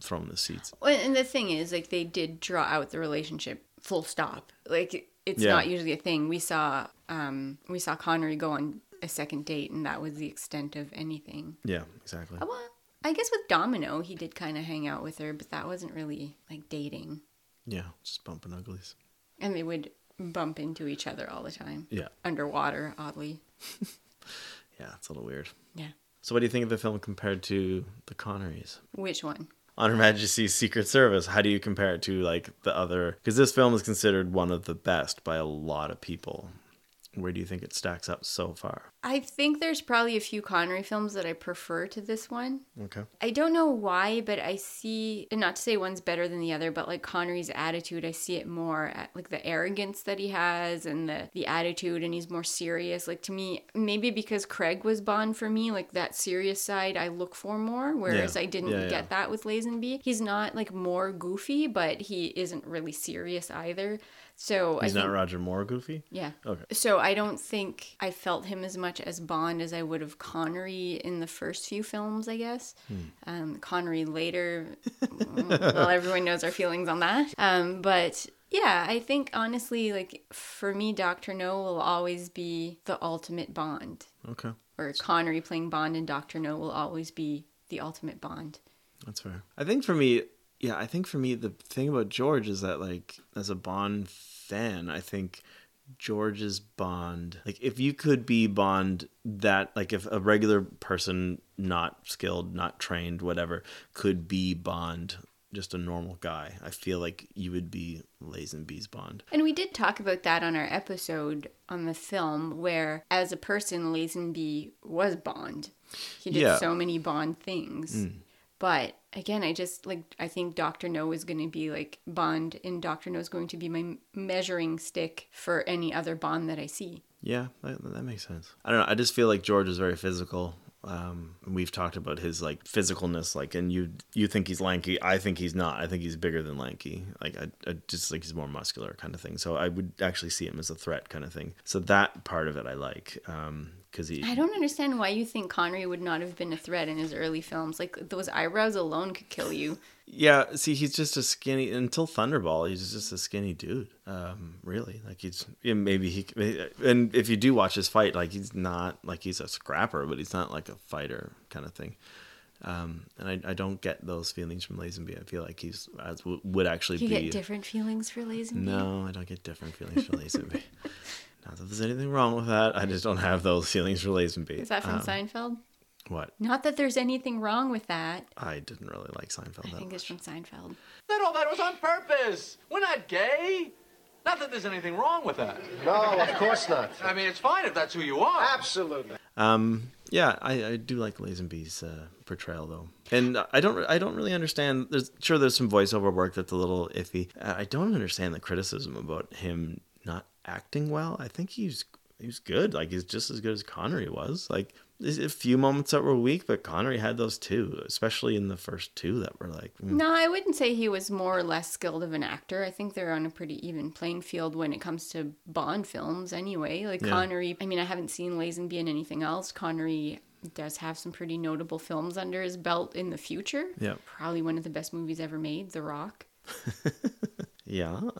throwing the seats.
Well, and the thing is, like, they did draw out the relationship full stop. Like, it's
Yeah.
not usually a thing. We saw, um, we saw Connery go on a second date, and that was the extent of anything.
Yeah, exactly.
Oh, Well, I guess with Domino, he did kind of hang out with her, but that wasn't really like dating.
Yeah, just bumping uglies.
And they would bump into each other all the time.
Yeah.
Underwater, oddly.
Yeah, it's a little weird.
Yeah.
So what do you think of the film compared to the Connerys?
Which one?
On Her Majesty's Secret Service, how do you compare it to like the other? Because this film is considered one of the best by a lot of people. Where do you think it stacks up so far?
I think there's probably a few Connery films that I prefer to this one.
Okay.
I don't know why, but I see, and not to say one's better than the other, but like Connery's attitude, I see it more at like the arrogance that he has and the, the attitude, and he's more serious. Like to me, maybe because Craig was Bond for me, like that serious side I look for more, whereas
Yeah.
I didn't
Yeah,
get
yeah.
that with Lazenby. He's not like more goofy, but he isn't really serious either. So
He's
I
not
think,
Roger Moore goofy?
yeah.
Okay.
So I don't think I felt him as much as Bond as I would have Connery in the first few films, I guess. Um, Connery later, *laughs* well, everyone knows our feelings on that. Um, but yeah, I think honestly, like for me, Dr. No will always be the ultimate Bond,
Okay.
or Connery playing Bond and Dr. No will always be the ultimate Bond.
That's fair. I think for me, yeah, I think for me, the thing about George is that, like, as a Bond fan, I think George's Bond, like, if you could be Bond, that, like, if a regular person, not skilled, not trained, whatever, could be Bond, just a normal guy, I feel like you would be Lazenby's Bond.
And we did talk about that on our episode on the film, where as a person, Lazenby was Bond. He did
Yeah. Mm.
so many Bond things. But again, I just like, I think Dr. No is going to be like Bond, and Dr. No is going to be my measuring stick for any other Bond that I see.
Yeah, that, that makes sense. I don't know. I just feel like George is very physical. Um, we've talked about his like physicalness, like, and you you think he's lanky. I think he's not. I think he's bigger than lanky. Like, I, I just like he's more muscular kind of thing. So I would actually see him as a threat kind of thing. So that part of it I like because he.
I don't understand why you think Connery would not have been a threat in his early films. Like, those eyebrows alone could kill you.
Yeah, see, he's just a skinny until Thunderball. He's just a skinny dude. Um, really, like he's yeah, maybe he. And if you do watch his fight, like he's not like he's a scrapper, but he's not like a fighter kind of thing. Um, and I, I don't get those feelings from Lazenby. I feel like he's as would actually
You
be.
get different feelings for Lazenby.
No, I don't get different feelings for Lazenby. *laughs* Not that there's anything wrong with that. I just don't have those feelings for Lazenby.
Is that from
Um,
Seinfeld?
What
Not that there's anything wrong with that.
I didn't really like Seinfeld.
I
that
think it's
much.
from Seinfeld.
That all that was on purpose. We're not gay. Not that there's anything wrong with that.
No, of course not.
I mean, it's fine if that's who you are.
Absolutely.
Um, Yeah, I, I do like Lazenby's uh, portrayal though, and I don't I don't really understand. There's sure there's some voiceover work that's a little iffy. Uh, I don't understand the criticism about him not acting well. I think he's he was good. Like he's just as good as Connery was. Like there's a few moments that were weak, but Connery had those too, especially in the first two that were like. mm.
No, I wouldn't say he was more or less skilled of an actor. I think they're on a pretty even playing field when it comes to Bond films, anyway. Like
Yeah.
Connery, I mean, I haven't seen Lazenby in anything else. Connery does have some pretty notable films under his belt in the future.
Yeah.
Probably one of the best movies ever made, The Rock.
Yeah, *laughs*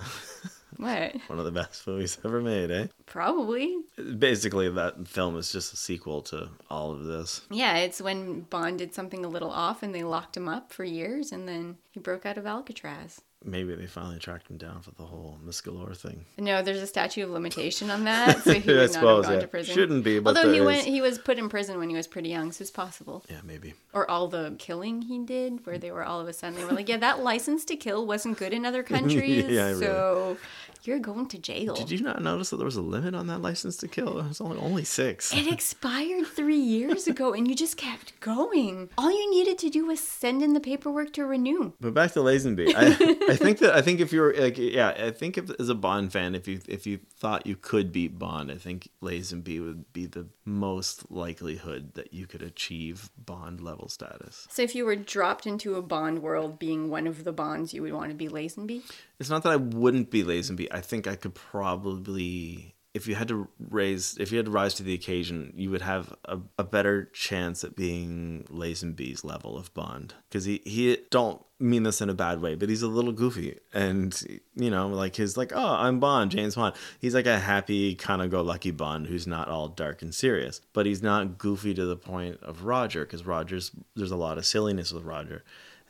What?
one of the best movies ever made, eh?
Probably.
Basically, that film is just a sequel to all of this.
Yeah, it's when Bond did something a little off and they locked him up for years and then he broke out of Alcatraz.
Maybe they finally tracked him down for the whole Miss Galore thing.
No, there's a statute of limitation on that, so he
I
would not
suppose, *laughs*
have gone
yeah.
to prison.
Shouldn't be, but
although he
there
went,
is.
he was put in prison when he was pretty young, so it's possible.
Yeah, maybe.
Or all the killing he
*laughs*
did, where they were all of a sudden they were like, yeah, that license to kill wasn't good in other countries,
Yeah, really.
so you're going to jail.
Did you not notice that there was a limit on that license to kill? It was only, only six.
It expired three years ago and you just kept going. All you needed to do was send in the paperwork to renew.
But back to Lazenby, I, I think that I think if you're like yeah, I think if, as a Bond fan, if you if you thought you could beat Bond, I think Lazenby would be the most likelihood that you could achieve Bond level status.
So if you were dropped into a Bond world being one of the Bonds, you would want to be Lazenby?
It's not that I wouldn't be Lazenby. I think I could probably if you had to raise if you had to rise to the occasion you would have a, a better chance at being lazenby's level of bond because he he don't mean this in a bad way but he's a little goofy and you know like his like oh i'm bond james bond he's like a happy kind of go lucky bond who's not all dark and serious but he's not goofy to the point of roger because roger's there's a lot of silliness with roger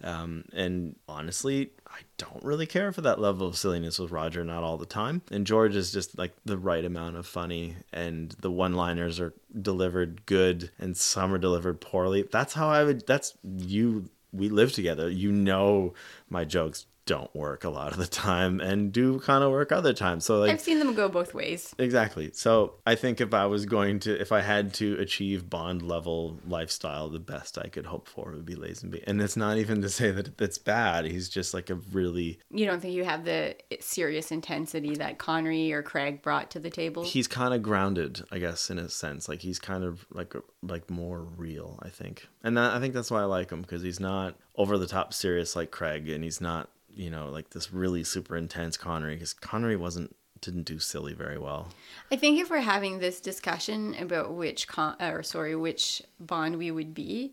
um, and honestly, I don't really care for that level of silliness with Roger, not all the time. And George is just like the right amount of funny, and the one liners are delivered good, and some are delivered poorly. That's how I would, that's you, we live together. You know, my jokes don't work a lot of the time and do kind of work other times. So, like,
I've seen them go both ways.
Exactly. So I think if I was going to, if I had to achieve Bond level lifestyle, the best I could hope for would be Lazenby. And it's not even to *laughs* say that that's bad. He's just like a really.
You don't think you have the serious intensity that Connery or Craig brought to the table?
He's kind of grounded, I guess, in a sense. Like he's kind of like like more real, I think. And that, I think that's why I like him because he's not over the top serious like Craig, and he's not you know like this really super intense Connery because Connery wasn't didn't do silly very well. *laughs*
I think if we're having this discussion about which con uh, or sorry which Bond we would be.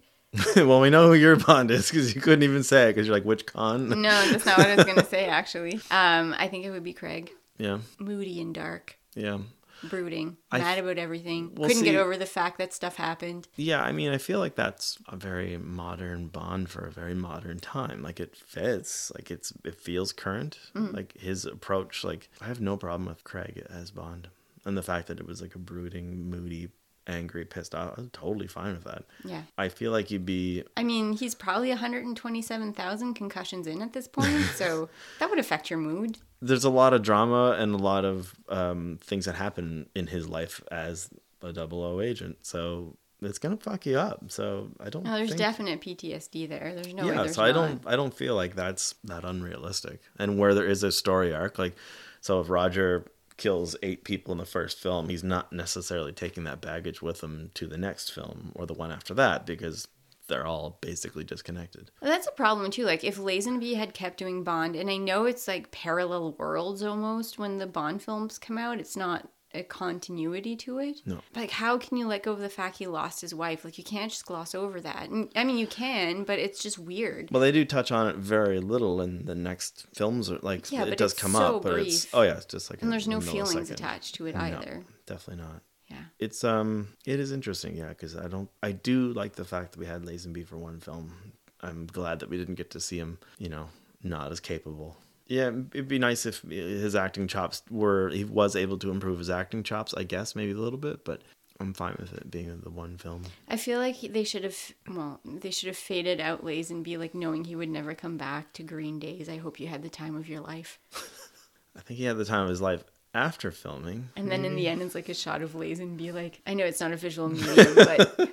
well, we know who your Bond is because you couldn't even say it because you're like which con. *laughs*
No, that's not what I was gonna say actually. *laughs* Um, I think it would be Craig.
Yeah.
Moody and dark.
Yeah
brooding,
I
mad
f-
about everything.
Well,
Couldn't
see-
get over the fact that stuff happened.
Yeah, I mean, I feel like that's a very modern bond for a very modern time. Like it fits, like it's it feels current.
Mm.
Like his approach, like I have no problem with Craig as Bond, and the fact that it was like a brooding, moody, angry, pissed off. I was totally fine with that.
Yeah.
I feel like you'd be
I mean, he's probably 127,000 concussions in at
*laughs*
this point, so that would affect your mood.
there's a lot of drama and a lot of um, things that happen in his life as a double O agent. So it's gonna fuck you up. So I don't.
No, Oh, there's
think-
definite PTSD there. There's no way
yeah,
there's
so I
not.
don't I don't feel like that's that unrealistic. And where there is a story arc, like so if Roger kills eight people in the first film, he's not necessarily taking that baggage with him to the next film or the one after that because they're all basically disconnected.
Well, That's a problem too. Like if Lazenby had kept doing Bond, and I know it's like parallel worlds almost when the Bond films come out, it's not a continuity to it.
No.
But like how can you let go of the fact he lost his wife? Like you can't just gloss over that. And, I mean you can, but it's just weird.
Well, they do touch on it very little in the next films. or- Like
Yeah,
it
but
does
it's
come
so
up, but it's
brief.
oh yeah, it's just like
And
a
there's no feelings
millisecond.
attached to it
No,
either.
definitely not.
Yeah.
It's um, it is interesting, yeah, because I don't, I do like the fact that we had Lazenby for one film. I'm glad that we didn't get to see him, you know, not as capable. Yeah, it'd be nice if eh, his acting chops were, he was able to improve his acting chops, I guess, maybe a little bit, but I'm fine with it being in the one film.
I feel like he- they should have well, they should have faded out Lazenby like knowing he would never come back to Green Days. I hope you had the time of your life.
I think he had the time of his life after filming.
And then in the end, it's like a shot of Lazenby. Like, I know it's not a
*laughs*
visual medium, but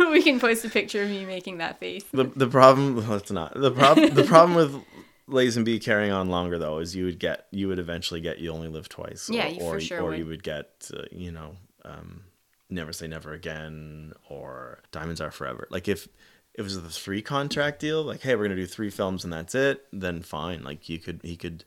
*laughs* we can post a picture of me making that face.
The the problem, *laughs* well, it's not the problem.
*laughs*
The problem with Lazenby carrying on longer though is you would get, you would eventually get, you only live twice.
Yeah,
or,
you
or,
for sure
or
would.
you would get, uh, you know, um, never say never again or diamonds are forever. Like if it was the three contract deal, like hey, we're gonna do three films and that's it, then fine. Like you could, he could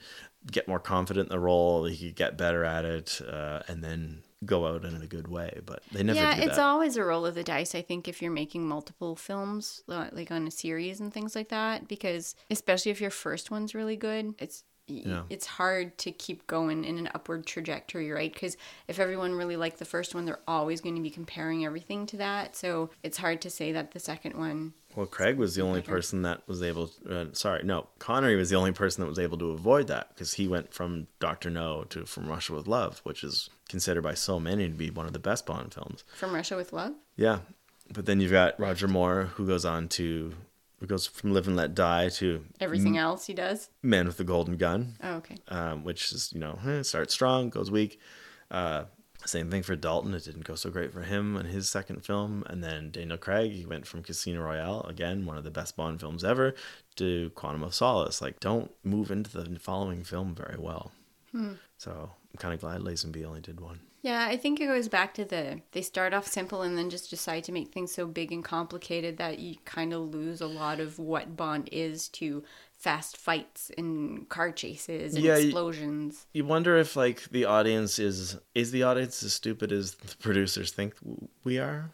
get more confident in the role, he could get better at it, uh, and then go out in a good way. But they never.
yeah,
do
it's
that.
always a roll of the dice. I think if you're making multiple films, li- like on a series and things like that, because especially if your first one's really good, it's y-
Yeah.
it's hard to keep going in an upward trajectory, right? Because if everyone really liked the first one, they're always going to be comparing everything to that. So it's hard to say that the second one
Well, Craig was the only person that was able. uh, sorry, no, Connery was the only person that was able to avoid that because he went from Doctor No to From Russia with Love, which is considered by so many to be one of the best Bond films.
from Russia with Love.
Yeah, but then you've got Roger Moore, who goes on to It goes from Live and Let Die to Mm.
Everything else he does.
Man with the Golden Gun,
Oh, okay.
um, which is, you know, eh, starts strong, goes weak. Uh, same thing for Dalton. It didn't go so great for him in his second film. And then Daniel Craig, he went from Casino Royale, again, one of the best Bond films ever, to Quantum of Solace. Like, don't move into the following film very well.
Hmm.
So I'm kind of glad Lazenby only did one.
Yeah, I think it goes back to the they start off simple and then just decide to make things so big and complicated that you kind of lose a lot of what Bond is to fast fights and car chases and
Yeah, you-
explosions.
you wonder if like the audience is is the audience as stupid as the producers think w- we are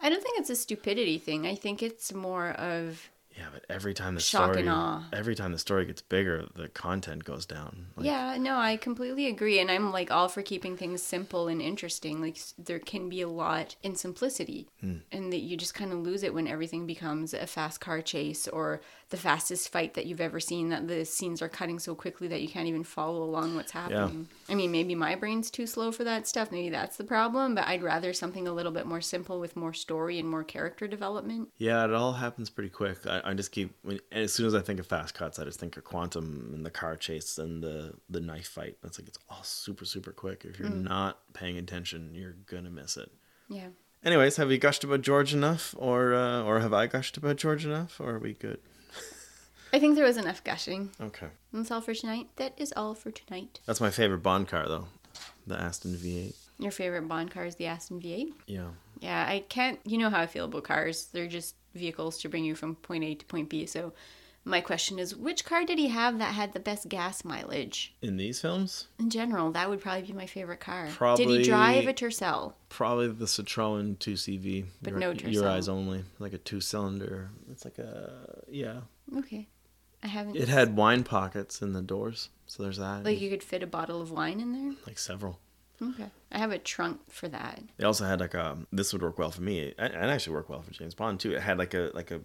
I don't think it's a stupidity thing. I think it's more of
yeah but every time the
Shock and
story
awe.
every time the story gets bigger the content goes down Like,
yeah, no, I completely agree, and I'm like all for keeping things simple and interesting. Like s- there can be a lot in simplicity, and that you just kind of lose it when everything becomes a fast car chase or the fastest fight that you've ever seen. That the scenes are cutting so quickly that you can't even follow along what's happening. I mean, maybe my brain's too slow for that stuff. Maybe that's the problem. But I'd rather something a little bit more simple with more story and more character development.
yeah it all happens pretty quick i, I just keep when, and as soon as i think of fast cuts i just think of quantum and the car chase and the the knife fight that's like it's all super super quick if you're
Hmm.
not paying attention you're gonna miss it
Yeah.
anyways have we gushed about george enough or uh, or have i gushed about george enough or are we good
I think there was enough gushing.
okay
That's all for tonight. That is all for tonight.
That's my favorite Bond car, though. The Aston V8.
Your favorite Bond car is the Aston V8?
Yeah.
Yeah, I can't. You know how I feel about cars. They're just vehicles to bring you from point A to point B. So, my question is which car did he have that had the best gas mileage?
In these films,
In general, that would probably be my favorite car. Did
Probably-
he drive a Tercel?
probably the Citroen 2CV.
But
your,
no
Your
Tercel.
eyes only. Like a two cylinder. It's like a. Yeah.
Okay. I haven't.
It had wine pockets in the doors. So there's that.
*laughs* like you could fit a bottle of wine in
Like several.
there? Okay. I have a trunk for that.
They also had like a. This would work well for me, and and actually work well for James Bond too. It had like a like a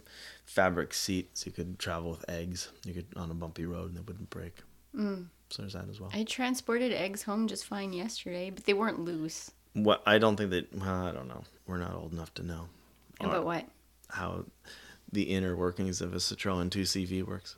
fabric seat, so you could travel with eggs. You could on a bumpy road, and they wouldn't break. So there's that as well.
Mm. I transported eggs home just fine yesterday, but they weren't loose.
What I don't think that. Well, I don't know. We're not old enough to know.
About what?
how the inner workings of a Citroen 2CV works.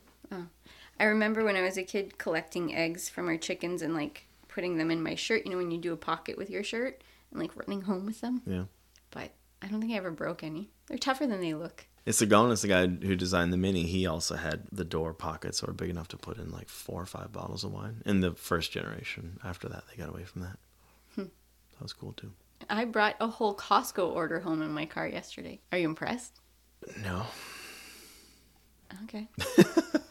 I remember when I was a kid collecting eggs from our chickens and like putting them in my shirt, you know, when you do a pocket with your shirt and like running home with them.
Yeah.
But I don't think I ever broke any. They're tougher than they look.
Isagonis, the guy who designed the Mini, he also had the door pockets that were big enough to put in like four or five bottles of wine in the first generation. After that, they got away from that.
Hmm.
That was cool too.
I brought a whole Costco order home in my car yesterday. Are you impressed?
No,
Okay.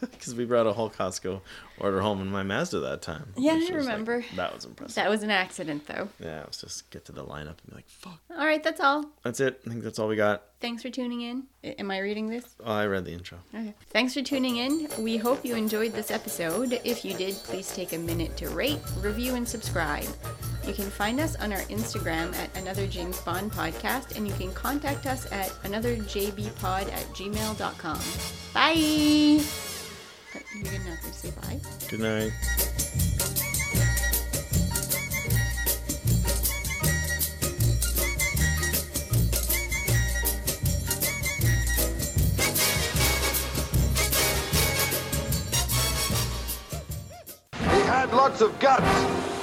because we brought a whole Costco order home in my Mazda that time.
Yeah,
which
I
was, like,
remember.
that was impressive.
that was an accident though.
yeah, it was just get to the lineup and be like, fuck.
All right, that's all.
That's it. I think that's all we got.
Thanks for tuning in. I- Am I reading this?
Oh, I read the intro.
Okay. Thanks for tuning in. We hope you enjoyed this episode. If you did, please take a minute to rate, review, and subscribe. You can find us on our Instagram at another James Bond podcast, and you can contact us at anotherjbpod at gmail.com. Bye! Oh, You're not going to say bye?
Good night.
He had lots of guts.